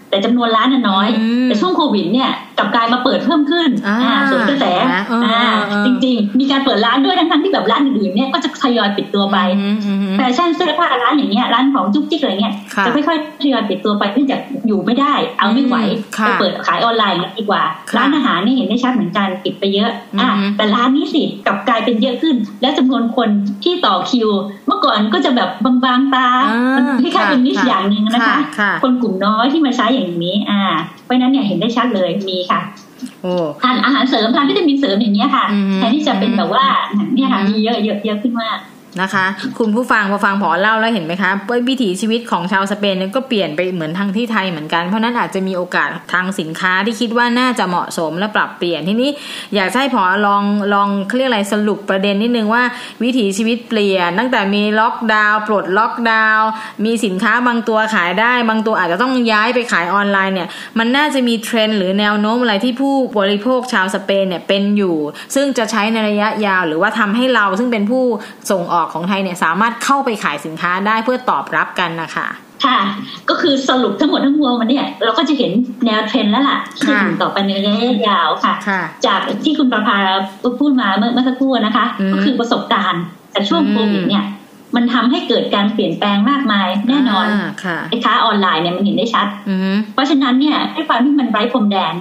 [SPEAKER 3] แต่จำนวนร้านน่ะน้อย
[SPEAKER 2] อืม
[SPEAKER 3] แต่ช่วงโควิดเนี่ยกลับกลายมาเปิดเพิ่มขึ้น
[SPEAKER 2] อ่า
[SPEAKER 3] อ่าส่วนกระแส
[SPEAKER 2] นะเอออ่
[SPEAKER 3] ่า
[SPEAKER 2] เออ
[SPEAKER 3] จริงๆ มีการเปิดร้านด้วยทั้งๆที่แบบร้านอื่นๆเนี่ยก็จะทยอยปิดตัวไป
[SPEAKER 2] อืมอืมอืม
[SPEAKER 3] แฟชั่นเสื้อผ้าร้านอย่างเงี้ยร้านของจุ๊กจิ๊กอะไรเงี้ย
[SPEAKER 2] ค่ะ
[SPEAKER 3] จะค่อยๆทยอยปิดตัวไปเนื่องจากอยู่ไม่ได้ เอาไม่ไหว
[SPEAKER 2] อืมค่ะ
[SPEAKER 3] ไปเปิดขายออนไลน์ดีกว่า
[SPEAKER 2] ค่ะ
[SPEAKER 3] ร้านอาหารนี่เห็นได้ชัดเหมือนกันปิดไปเยอะอ่ะ
[SPEAKER 2] อือฮึ
[SPEAKER 3] แต่ร้านนี้สิกลับกลายเป็นเยอะขึ้น และจำนวนคนที่ต่อคิว เมื่อก่อนก็จะแบบบางๆตา
[SPEAKER 2] อ่ามั
[SPEAKER 3] มันคล้ายๆเป็นนิช
[SPEAKER 2] ค่ะ
[SPEAKER 3] อย่างหนึ่งนะคะ
[SPEAKER 2] ค่ะค่ะ
[SPEAKER 3] คนกลุ่มน้อยที่มาใช้อย่างนี้อ่าเพราะฉะนั้นเนี่ยเห็นได้ชัดเลยมีค่ะ
[SPEAKER 2] โอ้
[SPEAKER 3] ทานอาหารเสริมทานวิตามินเสริมอย่างเงี้ยค่ะ
[SPEAKER 2] อือฮึ
[SPEAKER 3] แทนที่จะเป็นแบบว่าเนี่ยค่ะ
[SPEAKER 2] อือฮึ
[SPEAKER 3] มีเยอะๆเยอะขึ้นมาก
[SPEAKER 2] นะคะ คุณผู้ฟังพอฟังผอเล่าแล้วเห็นไหมคะว่าวิถีชีวิตของชาวสเปนเนี่ยก็เปลี่ยนไปเหมือนทางที่ไทยเหมือนกัน เพราะนั้นอาจจะมีโอกาสทางสินค้าที่คิดว่าน่าจะเหมาะสมและปรับเปลี่ยนทีนี้อยากจะให้ผอลองลองเขาเรียกอะไรสรุปประเด็นนิดนึงว่า วิถีชีวิตเปลี่ยน ตั้งแต่มีล็อกดาวน์ปลดล็อกดาวน์มีสินค้าบางตัวขายได้ บางตัวอาจจะต้องย้ายไปขายออนไลน์เนี่ยมันน่าจะมีเทรนด์หรือแนวโน้มอะไรที่ผู้บริโภคชาวสเปนเนี่ยเป็นอยู่ ซึ่งจะใช้ในระยะยาว หรือว่าทำให้เราซึ่งเป็นผู้ส่งออกของไทยเนี่ยสามารถเข้าไปขายสินค้าได้เพื่อตอบรับกันนะคะ
[SPEAKER 3] ค่ะ ก็คือสรุปทั้งหมดทั้งมวลมันเนี่ย เราก็จะเห็นแนวเทรนด์แล้วล่ะที่จะ
[SPEAKER 2] ค่ะ
[SPEAKER 3] อยู่ต่อไปในระยะยาวค่ะ
[SPEAKER 2] ค่ะ
[SPEAKER 3] จากที่คุณประภาพูดมาเมื่อเมื่อสักครู่นะคะ
[SPEAKER 2] อืม
[SPEAKER 3] ก็คือประสบการณ์จากช่วง
[SPEAKER 2] อืม
[SPEAKER 3] โควิดเนี่ย มันทำให้เกิดการเปลี่ยนแปลงมากมายแน่นอน
[SPEAKER 2] าค่ะ
[SPEAKER 3] สินค้าออนไลน์เนี่ยมันเห็นได้ชัด
[SPEAKER 2] อืม
[SPEAKER 3] เพราะฉะนั้นเนี่ยด้วยความที่มันไร้พรมแดน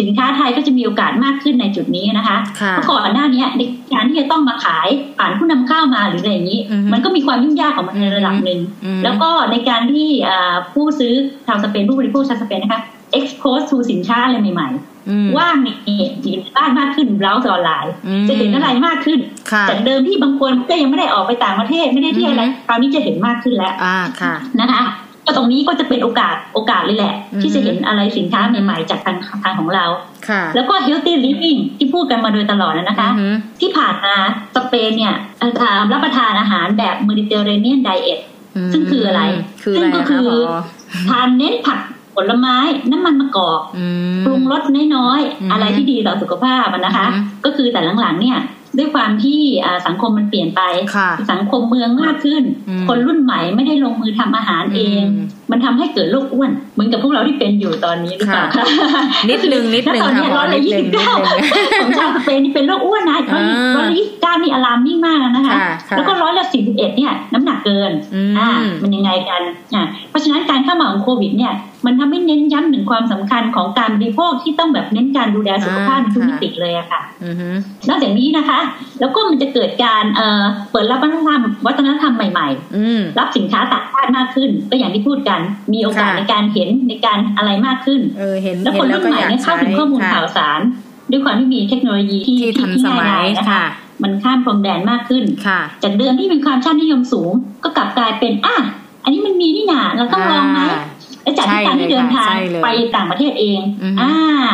[SPEAKER 3] สินค้าไทยก็จะมีโอกาสมากขึ้นในจุดนี้นะคะ
[SPEAKER 2] ค่ะ
[SPEAKER 3] เพราะก่อนหน้าเนี้ยในการที่จะต้องมาขายผ่านผู้นำเข้ามาหรืออะไรอย่างนี้
[SPEAKER 2] อือฮึ
[SPEAKER 3] มันก็มีความยุ่งยากของมันในระดับหนึ่ง
[SPEAKER 2] อืม
[SPEAKER 3] แล้วก็ในการที่อ่าผู้ซื้อชาวสเปนผู้บริโภคชาวสเปนนะคะ expose to สินค้าอะไรใหม่
[SPEAKER 2] อืม
[SPEAKER 3] ๆ ว่างนี่อยู่ในบ้านมากขึ้นเบราว์ออนไลน์
[SPEAKER 2] อืม
[SPEAKER 3] จะเห็นอะไรมากขึ้น
[SPEAKER 2] ค่ะ
[SPEAKER 3] จากเดิมที่บางคนก็ยังไม่ได้ออกไปต่างประเทศไม่ได้เที่ยวอะไร
[SPEAKER 2] อือฮึ
[SPEAKER 3] คราวนี้จะเห็นมากขึ้นแล้ว
[SPEAKER 2] อ่าค่ะ
[SPEAKER 3] นะคะก็ตรงนี้ก็จะเป็นโอกาสโอกาสเลยแหละ
[SPEAKER 2] อืม
[SPEAKER 3] ที่จะเห็นอะไรสินค้าใหม่ๆ จากทางทางของเรา
[SPEAKER 2] ค่ะ
[SPEAKER 3] แล้วก็ healthy living ที่พูดกันมาโดยตลอดนะนะคะ
[SPEAKER 2] อืม
[SPEAKER 3] ที่ผ่านมาสเปนเนี่ยเอ่ออ่ารับประทานอาหารแบบ Mediterranean diet ซึ่งคืออะไร
[SPEAKER 2] คืออะไร
[SPEAKER 3] ซึ่งก็
[SPEAKER 2] นะ
[SPEAKER 3] คื
[SPEAKER 2] คะ
[SPEAKER 3] อ
[SPEAKER 2] หมอ
[SPEAKER 3] ทานเน้นผักผลไม้น้ำมันมะกอก
[SPEAKER 2] อืม
[SPEAKER 3] ปรุงรสน้อย
[SPEAKER 2] อืม
[SPEAKER 3] ๆ อะไรที่ดีต่อสุขภาพอะนะคะ
[SPEAKER 2] อืม
[SPEAKER 3] ก็คือแต่หลังๆเนี่ย ด้วยความที่อ่าสังคมมันเปลี่ยนไป
[SPEAKER 2] ค่ะ
[SPEAKER 3] สังคมเมืองมากขึ้น
[SPEAKER 2] อืม
[SPEAKER 3] คนรุ่นใหม่ไม่ได้ลงมือทำอาหารเอง
[SPEAKER 2] อืม
[SPEAKER 3] มันทำให้เกิดโรคอ้วนเหมือนกับพวกเราที่เป็นอยู่ตอนนี้หรือเปล่า
[SPEAKER 2] ค่ะ นิดนึงนิดนึง
[SPEAKER 3] แล้วตอน
[SPEAKER 2] ค่ะหมอ
[SPEAKER 3] เนี้ยร้อย
[SPEAKER 2] นิด
[SPEAKER 3] ละยี่
[SPEAKER 2] นึ
[SPEAKER 3] สิ
[SPEAKER 2] งนิ
[SPEAKER 3] บ
[SPEAKER 2] ด
[SPEAKER 3] เก้า
[SPEAKER 2] นึง
[SPEAKER 3] ของชาวสเปนนี่เป็นโรคอ้วนนะร้อย
[SPEAKER 2] อ่า
[SPEAKER 3] ร้อยละยี่สิบเก้านี่อารามนิ่งมากแล้วนะคะ
[SPEAKER 2] ค่ะค่ะ
[SPEAKER 3] แล้วก็ร้อยละสี่สิบเอ็ดเนี่ยน้ำหนักเกิน
[SPEAKER 2] อืม
[SPEAKER 3] มันยังไงกันอ่าเพราะฉะนั้นการเข้ามาของโควิดเนี่ย มันทำให้เน้นย้ำถึงความสำคัญของการบริโภคที่ต้องแบบเน้นการดูแลสุขภาพในทุกมิติเลยอะค่ะ
[SPEAKER 2] อือฮึ
[SPEAKER 3] นอกจากนี้นะคะ แล้วก็มันจะเกิดการเอ่อเปิดรับวัฒนธรรมวัฒนธรรมใหม่ ๆ
[SPEAKER 2] อืม
[SPEAKER 3] รับสินค้าต่างชาติมากขึ้น ก็อย่างที่พูดกันมีโอกาส
[SPEAKER 2] ค่ะ
[SPEAKER 3] ในการเห็นในการอะไรมากขึ้น
[SPEAKER 2] เออเห็น
[SPEAKER 3] แล้ว
[SPEAKER 2] เห็
[SPEAKER 3] คน
[SPEAKER 2] นแล้ว
[SPEAKER 3] รุ่น
[SPEAKER 2] ก็
[SPEAKER 3] ใหม่
[SPEAKER 2] อยาก
[SPEAKER 3] เนี่ยเข้า
[SPEAKER 2] ใช้
[SPEAKER 3] ถึงข้อมูล
[SPEAKER 2] ค่ะ
[SPEAKER 3] ข่าวสาร ด้วยความที่มีเทคโนโลยีที่
[SPEAKER 2] ที่ทันสมั
[SPEAKER 3] ง่าย ดายนะคะ
[SPEAKER 2] ค่ะ
[SPEAKER 3] มันข้ามพรมแดนมากขึ้น
[SPEAKER 2] ค่ะ
[SPEAKER 3] จากเดิมที่มีความชาตินิยมสูง ก็กลับกลายเป็นอ่ะอันนี้มันมีนี่หนาเราต้องลองไหมและจากที่การที่เดินทาง
[SPEAKER 2] ใช่เลยค่ะ
[SPEAKER 3] ไปต่างประเทศเอง
[SPEAKER 2] อือฮึ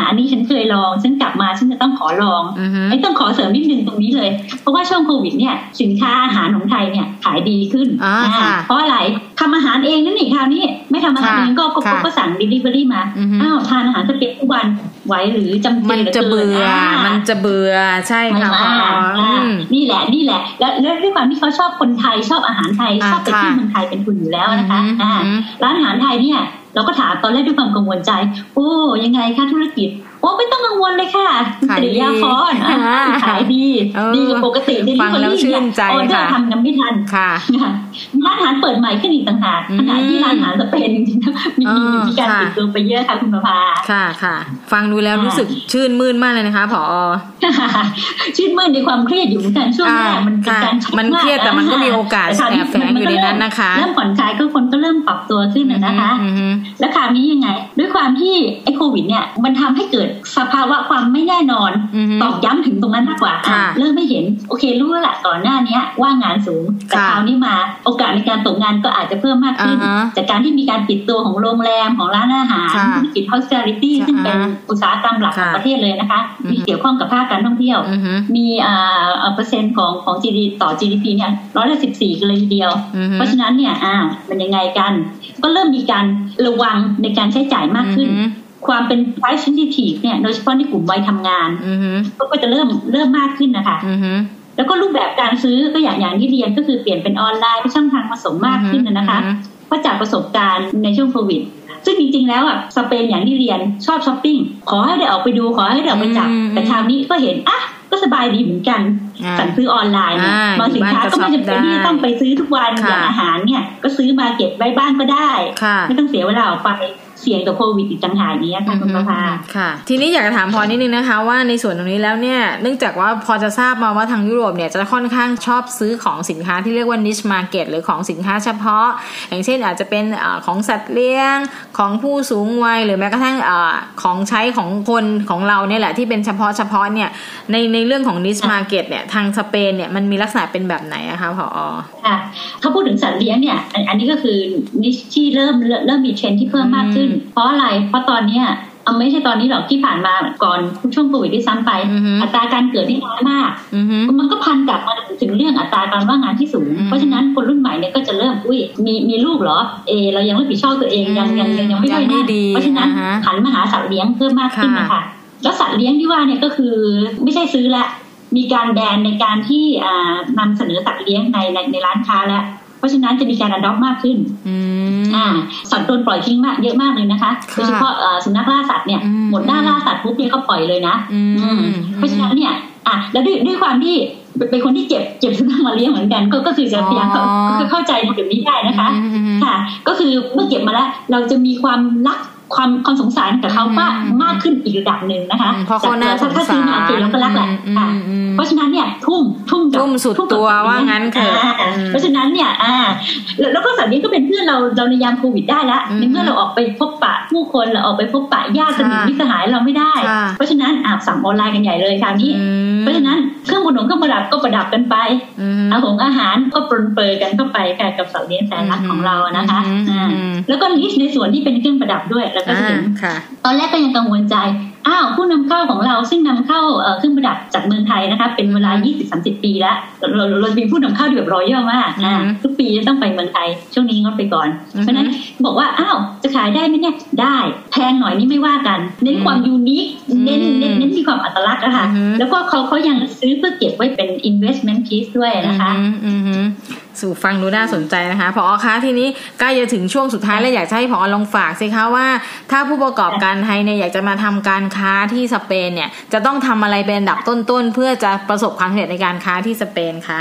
[SPEAKER 3] อันนี้ฉันเคยลองฉันกลับมาฉันจะต้องขอลอง
[SPEAKER 2] อือฮึ
[SPEAKER 3] ไม่ต้องขอเสริมนิดนึงตรงนี้เลย เพราะว่าช่วงโควิดเนี่ยสินค้าอาหารของไทยเนี่ยขายดีขึ้น
[SPEAKER 2] อ่า
[SPEAKER 3] อ่า
[SPEAKER 2] ค่ะ
[SPEAKER 3] เพราะอะไรทำอาหารเองนั่นนี่คราวนี้ไม่ทำอาหาร
[SPEAKER 2] ค่ะ
[SPEAKER 3] เองก็ก็
[SPEAKER 2] ค่ะ
[SPEAKER 3] ก็สั่ง delivery มา
[SPEAKER 2] อือฮึ
[SPEAKER 3] อ้าวทานอาหารสเปนทุกวันไหวหรือจำเป็
[SPEAKER 2] มันน
[SPEAKER 3] หลื
[SPEAKER 2] จะเบื่อ
[SPEAKER 3] กิา
[SPEAKER 2] มันจะเบื่อ ใช่
[SPEAKER 3] มัน
[SPEAKER 2] ค่ะหม
[SPEAKER 3] มา
[SPEAKER 2] ออื
[SPEAKER 3] อ่าม นี่แหละนี่แหละ แล้วแล้วด้วยความที่เขาชอบคนไทยชอบอาหารไทย
[SPEAKER 2] อ่า
[SPEAKER 3] ชอบไปที่
[SPEAKER 2] ค่ะ
[SPEAKER 3] เมืองไทยเป็นทุนอยู่แล้วนะคะ
[SPEAKER 2] อือฮึ
[SPEAKER 3] อ่า
[SPEAKER 2] อือฮึ
[SPEAKER 3] ร้านอาหารไทยเนี่ยเราก็ถามตอนแรกด้วยความกังวลใจ โอ้ยังไงคะธุรกิจ โอ้ไม่ต้องกังวลเลยค่ะ
[SPEAKER 2] ขายดี
[SPEAKER 3] ติยาคอนอ่ะ
[SPEAKER 2] อ่า
[SPEAKER 3] ขายดี
[SPEAKER 2] เออ
[SPEAKER 3] ดีกว่าปกติเดลิ
[SPEAKER 2] ฟัง
[SPEAKER 3] เวอ
[SPEAKER 2] แล้ว
[SPEAKER 3] รี่
[SPEAKER 2] ชื่
[SPEAKER 3] เนี่ย
[SPEAKER 2] นใจ
[SPEAKER 3] ออเดอ
[SPEAKER 2] ค่ะ
[SPEAKER 3] ร์ทำยังไม่ทัน
[SPEAKER 2] ค่ะ
[SPEAKER 3] ร้านอาหารเปิดใหม่ขึ้นอีกต่างหาก
[SPEAKER 2] อืม
[SPEAKER 3] ขณะที่ร้านอาหารสเปน จริงๆมี
[SPEAKER 2] เออ
[SPEAKER 3] มีการ
[SPEAKER 2] ค่ะ
[SPEAKER 3] ปิดตัวไปเยอะค่ะคุณประภา
[SPEAKER 2] ค่ะค่ะ ฟังดูแล้ว
[SPEAKER 3] อ่ารู้
[SPEAKER 2] รู้สึกชื่นมื่นมากเลยนะคะผอ
[SPEAKER 3] ชื่นมื่นใน ความเครียดอยู่เหมือนกันช่วง
[SPEAKER 2] อ่า
[SPEAKER 3] แรกมันเป็น
[SPEAKER 2] ค่ะ
[SPEAKER 3] การช็อก
[SPEAKER 2] มันเครียด
[SPEAKER 3] าก
[SPEAKER 2] แต่มันก็
[SPEAKER 3] ะ
[SPEAKER 2] มีโอกาส
[SPEAKER 3] ต่ครว
[SPEAKER 2] แอบแฝงอยู่ในนั้นนะคะ
[SPEAKER 3] เริ่มผ่อนคลายก็คนก็เริ่มปรับตัวขึ้นน่ะนะคะ
[SPEAKER 2] อือฮึ
[SPEAKER 3] แล้วคราวนี้ยังไง ด้วยความที่ไอ้โควิดเนี่ยมันทำให้เกิดสภาวะความไม่แน่นอน
[SPEAKER 2] อือฮึ
[SPEAKER 3] ตอกย้ำถึงตรงนั้นมากกว่าอ่ะ
[SPEAKER 2] ค่ะ
[SPEAKER 3] เริ่มไม่เห็นโอเครู้แล้วละก่อนหน้าเนี้ยว่างงานสูง แต่
[SPEAKER 2] ค่ะ
[SPEAKER 3] คราวนี้มาโอกาสในการตกงานก็อาจจะเพิ่มมากขึ้น
[SPEAKER 2] อ่าฮะ
[SPEAKER 3] จากการที่มีการปิดตัวของโรงแรมของร้านอาหาร
[SPEAKER 2] ค่ะ
[SPEAKER 3] ธุรกิจ hospitality
[SPEAKER 2] ค่ะ
[SPEAKER 3] ซึ่งเป็นอุตสาหกรรมหลักของ
[SPEAKER 2] ค่ะ
[SPEAKER 3] ประเทศเลยนะคะ
[SPEAKER 2] อือฮึ
[SPEAKER 3] ที่เกี่ยวข้องกับภาคการท่องเที่ยว
[SPEAKER 2] อือฮึ
[SPEAKER 3] มีอ่าเอ่อเปอร์เซ็นต์ของของ GDP ต่อ GDP เนี่ยร้อยละสิบสี่กันเลยทีเดียว
[SPEAKER 2] อือฮึ
[SPEAKER 3] เพราะฉะนั้นเนี่ยอ่าวมันยังไงกัน ก็เริ่มมีการระวังในการใช้จ่ายมากขึ้น
[SPEAKER 2] อือฮึ
[SPEAKER 3] ความเป็น price sensitive เนี่ยโดยเฉพาะในกลุ่มวัยทำงาน
[SPEAKER 2] อือฮึ
[SPEAKER 3] ก็ก็จะเริ่มเริ่มมากขึ้นนะคะ
[SPEAKER 2] อือฮึ
[SPEAKER 3] แล้วก็รูปแบบการซื้อก็อย่างอย่างที่เรียนก็คือเปลี่ยนเป็นออนไลน์เป็นช่องทางผสมมากขึ้นน่ะนะคะ เพราะจากประสบการณ์ในช่วงโควิด ซึ่งจริงๆ แล้วอ่ะสเปนอย่างที่เรียนชอบช้อปปิ้ง ขอให้ได้ออกไปดูขอให้ได้ออกไปจับ
[SPEAKER 2] อืม
[SPEAKER 3] แต่คราวนี้ก็เห็น อ่ะ ก็สบายดีเหมือนกัน
[SPEAKER 2] อ่า
[SPEAKER 3] สั่งซื้อออนไลน์เนี่ย
[SPEAKER 2] อ่า
[SPEAKER 3] บางสินค้าก็ไม่จำเป็นที่จะต้องไปซื้อทุกวัน
[SPEAKER 2] ค่ะ
[SPEAKER 3] อย่างอาหารเนี่ย ก็ซื้อมาเก็บไว้บ้านก็ได้
[SPEAKER 2] ค่ะ
[SPEAKER 3] ไม่ต้องเสียเวลาออกไปเสี่ยงต่อโควิดอีกต่างหากอย่างเนี้ยค่ะคุณประภา
[SPEAKER 2] ค่ะ ทีนี้อยากจะถามพอนิดนึงนะคะ ว่าในส่วนตรงนี้แล้วเนี่ย เนื่องจากว่าพอจะทราบมาว่าทางยุโรปเนี่ยจะค่อนข้างชอบซื้อของสินค้าที่เรียกว่า niche market หรือของสินค้าเฉพาะ อย่างเช่นอาจจะเป็นเอ่อของสัตว์เลี้ยง ของผู้สูงวัย หรือแม้กระทั่งเอ่อของใช้ของคนของเราเนี่ยแหละที่เป็นเฉพาะเฉพาะเนี่ย ในในเรื่องของ niche market เนี่ยทางสเปนเนี่ยมันมีลักษณะเป็นแบบไหนอะคะผอ
[SPEAKER 3] ค่ะถ้าพูดถึงสัตว์เลี้ยงเนี่ยอันอันนี้ก็คือนิชที่เริ่มเริ่มมีเทรนด์ที่เพิ่มมากขึ้น
[SPEAKER 2] อืม
[SPEAKER 3] เพราะอะไร เพราะตอนเนี้ยเอาไม่ใช่ตอนนี้หรอกที่ผ่านมาก่อนช่วงโควิดที่ซ้ำไป
[SPEAKER 2] อือฮึ
[SPEAKER 3] อัตราการเกิดนี่น้อยมาก
[SPEAKER 2] อือฮึ
[SPEAKER 3] มันก็พันกลับมาถึงเรื่องอัตราการว่างงานที่สูง
[SPEAKER 2] อืม
[SPEAKER 3] เพราะฉะนั้นคนรุ่นใหม่เนี่ยก็จะเริ่มอุ้ยมีมีลูกเหรอเออเรายังไม่รับผิดชอบตัวเองยังยังยังยังไม่ค่อย
[SPEAKER 2] ยังไม่
[SPEAKER 3] แน่น
[SPEAKER 2] ดี
[SPEAKER 3] เพราะฉะนั้น
[SPEAKER 2] อ่าฮะ
[SPEAKER 3] หันมาหาสัตว์เลี้ยงเพิ่มมากขึ้น
[SPEAKER 2] ค่ะ
[SPEAKER 3] นะคะแล้วสัตว์เลี้ยงที่ว่าเนี่ยก็คือไม่ใช่ซื้อละมีการแบนในการที่อ่านำเสนอสัตว์เลี้ยงในในในร้านค้าแล้วเพราะฉะนั้นจะมีการอดอปมากขึ้น
[SPEAKER 2] อื
[SPEAKER 3] อ่าม สัตว์โดนปล่อยทิ้งมากเยอะมากเลยนะคะ
[SPEAKER 2] ค่ะ
[SPEAKER 3] โดยเฉพาะเอ่อสุนัขล่าสัตว์เนี่ย
[SPEAKER 2] อืม
[SPEAKER 3] หมดหน้าล่าสัตว์ปุ๊บเนี่ยก็ปล่อยเลยนะ
[SPEAKER 2] อื
[SPEAKER 3] อืม
[SPEAKER 2] ม
[SPEAKER 3] เพราะฉะนั้นเนี่ย อ่ะ แล้วด้วยด้วยความที่เป็นเป็นคนที่เจ็บ เจ็บสุนัขมาเลี้ยงเหมือนกัน ก็ก็คือจะพยายามเข้า
[SPEAKER 2] อ๋อ
[SPEAKER 3] ก็คือเข้าใจในจุดนี้ได้นะคะ
[SPEAKER 2] อืมอืมอืม
[SPEAKER 3] ค่ะ ก็คือเมื่อเก็บมาแล้ว เราจะมีความรัก ความความสงสารกับเขา
[SPEAKER 2] อืม
[SPEAKER 3] มาก
[SPEAKER 2] อืม
[SPEAKER 3] มากขึ้นอีกระดับหนึ่งนะคะ
[SPEAKER 2] เพราะเขาน่าสง
[SPEAKER 3] ถ้า
[SPEAKER 2] สา
[SPEAKER 3] ซื้อ
[SPEAKER 2] ร
[SPEAKER 3] มาเก็บแล้วก็รักแหละ
[SPEAKER 2] อืม
[SPEAKER 3] ค่ะ
[SPEAKER 2] อืม
[SPEAKER 3] เพราะฉะนั้นเนี่ยทุ่มทุ่มกับ
[SPEAKER 2] ทุ่มสุด
[SPEAKER 3] กับ
[SPEAKER 2] ตัวว่างั้นเถอะ
[SPEAKER 3] า
[SPEAKER 2] อืม
[SPEAKER 3] เพราะฉะนั้นเนี่ยอ่าแล้วแล้วก็สัตว์เลี้ยงก็เป็นเพื่อนเราเราในยามโควิดได้ละ
[SPEAKER 2] อืม
[SPEAKER 3] ในเมื่อเราออกไปพบปะผู้คนเราออกไปพบปะญาติสนิท
[SPEAKER 2] ค่ะ
[SPEAKER 3] มิตรสหายเราไม่ได้
[SPEAKER 2] ค่ะ
[SPEAKER 3] เพราะฉะนั้นอาบสั่งออนไลน์กันใหญ่เลยคราวนี้
[SPEAKER 2] อืม
[SPEAKER 3] เพราะฉะนั้นเครื่องประดับเครื่องประดับก็ประดับกันไป
[SPEAKER 2] อืม
[SPEAKER 3] อาหงอาหารก็ปรนเปรยกันเข้าไปค่ะกับสัตว์เลี้ยงแสนรักของเรานะคะ
[SPEAKER 2] อืมอืม
[SPEAKER 3] อ่าแล้วก็ลิสต์ในส่วนที่เป็นเครื่องประดับด้วยเราก็
[SPEAKER 2] อ่า
[SPEAKER 3] จะเห็น
[SPEAKER 2] ค่ะ
[SPEAKER 3] ตอนแรกก็ยังกังวลใจ อ้าวผู้นำเข้าของเราซึ่งนำเข้าเอ่อเครื่องประดับจากเมืองไทยนะคะเป็นเวลา 20-30 ปีแล้วเราเราเราจะมีผู้นำเข้าที่แบบรอยย่อมากนะ
[SPEAKER 2] อืม
[SPEAKER 3] ทุกปีจะต้องไปเมืองไทย ช่วงนี้งดไปก่อน
[SPEAKER 2] อืม
[SPEAKER 3] เพราะฉะนั้นบอกว่าอ้าวจะขายได้ไหมเนี่ยได้แพงหน่อยนี่ไม่ว่ากัน เน้นความยูนิคเน้นเน้นเน้นที่ความอัตลักษณ์อะค่ะ
[SPEAKER 2] อือฮึ
[SPEAKER 3] แล้วก็เขาเขายังซื้อเพื่อเก็บไว้เป็น investment piece ด้วยนะคะ
[SPEAKER 2] อืมอืมอืมสู่ฟังดูน่าสนใจนะคะพอคะทีนี้ใกล้จะถึงช่วงสุดท้ายแล้วอยากจะให้พอลองฝากสิคะว่า ถ้าผู้ประกอบการไทยเนี่ยอยากจะมาทำการค้าที่สเปนเนี่ย จะต้องทำอะไรเป็นอันดับต้นๆ เพื่อจะประสบความสำเร็จในการค้าที่สเปนคะ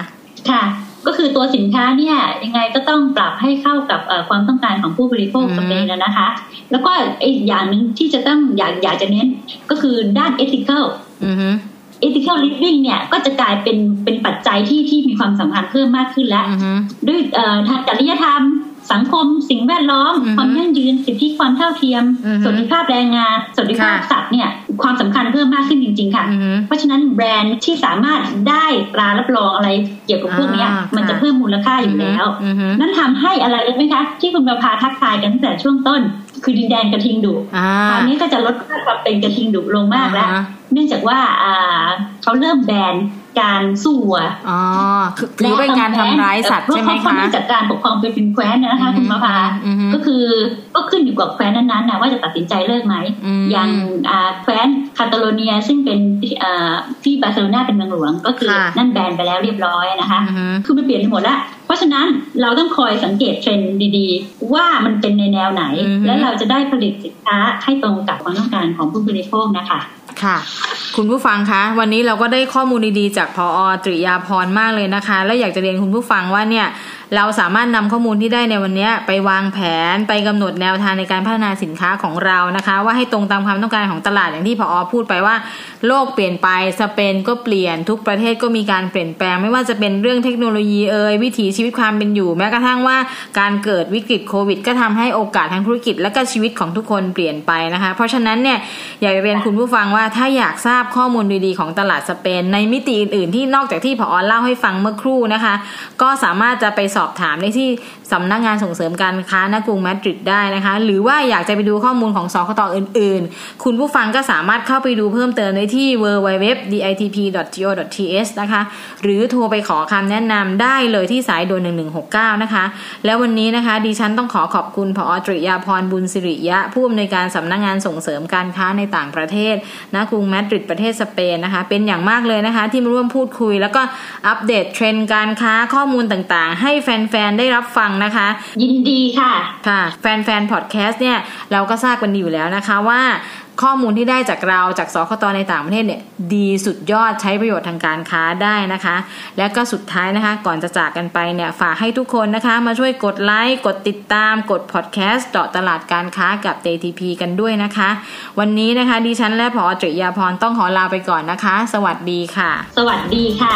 [SPEAKER 3] ค่ะ ก็คือตัวสินค้าเนี่ยยังไงก็ต้องปรับให้เข้ากับเอ่อความต้องการของผู้บริโภค
[SPEAKER 2] อืม
[SPEAKER 3] สเปนนะนะคะ แล้วก็อีกอย่างหนึ่งที่จะต้องอยากอยากจะเน้นก็คือด้าน ethical
[SPEAKER 2] อือฮึ
[SPEAKER 3] ethical living เนี่ยก็จะกลายเป็นเป็นปัจจัยที่ที่มีความสำคัญเพิ่มมากขึ้นแล้ว
[SPEAKER 2] อือฮึ
[SPEAKER 3] ด้วยเอ่อทางจริยธรรม สังคม สิ่งแวดล้อม
[SPEAKER 2] อือฮึ
[SPEAKER 3] ความยั่งยืนสิทธิความเท่าเทียม
[SPEAKER 2] อือฮึ
[SPEAKER 3] สวัสดิภาพแรงงานสวัสดิภาพ
[SPEAKER 2] ค่ะ
[SPEAKER 3] สัตว์เนี่ยความสำคัญเพิ่มมากขึ้นจริง ๆ ค่ะ
[SPEAKER 2] อือฮึ
[SPEAKER 3] เพราะฉะนั้นแบรนด์ที่สามารถได้ตรารับรองอะไรเกี่ยวกับพวกเนี้ย
[SPEAKER 2] อ่ามั
[SPEAKER 3] มันจะ
[SPEAKER 2] ค่ะ
[SPEAKER 3] เพิ่มมูลค่าอยู่แล้ว
[SPEAKER 2] อือฮึ
[SPEAKER 3] นั่นทำให้อะไรรู้ไหมคะ ที่คุณประภาทักทายกันตั้งแต่ช่วงต้น คือดินแดนกระทิงดุ
[SPEAKER 2] อ่า
[SPEAKER 3] คราวนี้ก็จะลดค่าความเป็นกระทิงดุลงมากแล้ว
[SPEAKER 2] อ่าฮะ
[SPEAKER 3] เนื่องจากว่าอ่าเขาเริ่มแบนการสู้วัว
[SPEAKER 2] อ๋อคือถือเป็นการทำร้ายสัตว์ใช่ไหม
[SPEAKER 3] เพราะ
[SPEAKER 2] คะ
[SPEAKER 3] เขาจากการปกครองเป็นเป็นแคว้นนะคะ
[SPEAKER 2] อือฮึ
[SPEAKER 3] คุณประภา
[SPEAKER 2] อือฮึ
[SPEAKER 3] ก็คือก็ขึ้นอยู่กับแคว้นนั้นๆนะว่าจะตัดสินใจเลิกไหม
[SPEAKER 2] ม
[SPEAKER 3] อย่างอ่าแคว้นคาตาโลเนียซึ่งเป็นอ่าที่บาร์เซโลนาเป็นเมืองหลวง ก็คือ
[SPEAKER 2] ค่ะ
[SPEAKER 3] นั่นแบนไปแล้วเรียบร้อยนะคะ
[SPEAKER 2] อือฮึ
[SPEAKER 3] คือมันเปลี่ยนไปหมดละเพราะฉะนั้นเราต้องคอยสังเกตเทรนด์ดีๆ ว่ามันเป็นในแนวไหน และเราจะได้ผลิตสินค้าให้ตรงกับความต้องการของผู้บริโภคนะคะ
[SPEAKER 2] ค่ะ คุณผู้ฟังคะ วันนี้เราก็ได้ข้อมูลดีๆจากพอตริยาพรมากเลยนะคะ และอยากจะเรียนคุณผู้ฟังว่าเนี่ย เราสามารถนำข้อมูลที่ได้ในวันเนี้ยไปวางแผนไปกำหนดแนวทางในการพัฒนาสินค้าของเรานะคะ ว่าให้ตรงตามความต้องการของตลาดอย่างที่พออพูดไปว่า โลกเปลี่ยนไปสเปนก็เปลี่ยนทุกประเทศก็มีการเปลี่ยนแปลง ไม่ว่าจะเป็นเรื่องเทคโนโลยีเอ่ยวิถีชีวิตความเป็นอยู่ แม้กระทั่งว่าการเกิดวิกฤตโควิด ก็ทำให้โอกาสทางธุรกิจและก็ชีวิตของทุกคนเปลี่ยนไปนะคะ เพราะฉะนั้นเนี่ยอยากจะเรียนคุณผู้ฟังว่าถ้าอยากทราบข้อมูลดีๆของตลาดสเปนในมิติอื่นๆ ที่นอกจากที่พออเล่าให้ฟังเมื่อครู่นะคะ ก็สามารถจะไปสอบถามได้ที่สำนักงานส่งเสริมการค้าณกรุงมาดริดได้นะคะ หรือว่าอยากจะไปดูข้อมูลของสคตอื่น ๆ คุณผู้ฟังก็สามารถเข้าไปดูเพิ่มเติมได้ที่ www.ditp.go.th นะคะ หรือโทรไปขอคำแนะนำได้เลยที่สายด่วน1169 นะคะ แล้ววันนี้นะคะ ดิฉันต้องขอขอบคุณพอตริยาพรบุญสิริยะ ผู้อำนวยการสำนักงานส่งเสริมการค้าในต่างประเทศณกรุงมาดริดประเทศสเปนนะคะ เป็นอย่างมากเลยนะคะ ที่มาร่วมพูดคุย แล้วก็อัปเดตเทรนด์การค้าข้อมูลต่างๆ ให้แฟน ๆ ได้รับฟังนะคะ
[SPEAKER 3] ยินดีค่ะ
[SPEAKER 2] ค่ะแฟนๆพอดแคสต์เนี่ยเราก็ทราบกันดีอยู่แล้วนะคะว่า ข้อมูลที่ได้จากเราจากสคตในต่างประเทศเนี่ยดีสุดยอดใช้ประโยชน์ทางการค้าได้นะคะ และก็สุดท้ายนะคะก่อนจะจากกันไปเนี่ยฝากให้ทุกคนนะคะมาช่วยกดไลค์กดติดตามกดพอดแคสต์เจาะตลาดการค้ากับ JTP กันด้วยนะคะ วันนี้นะคะดิฉันและพอตริยาพรต้องขอลาไปก่อนนะคะ สวัสดีค่ะ
[SPEAKER 3] สวัสดีค่ะ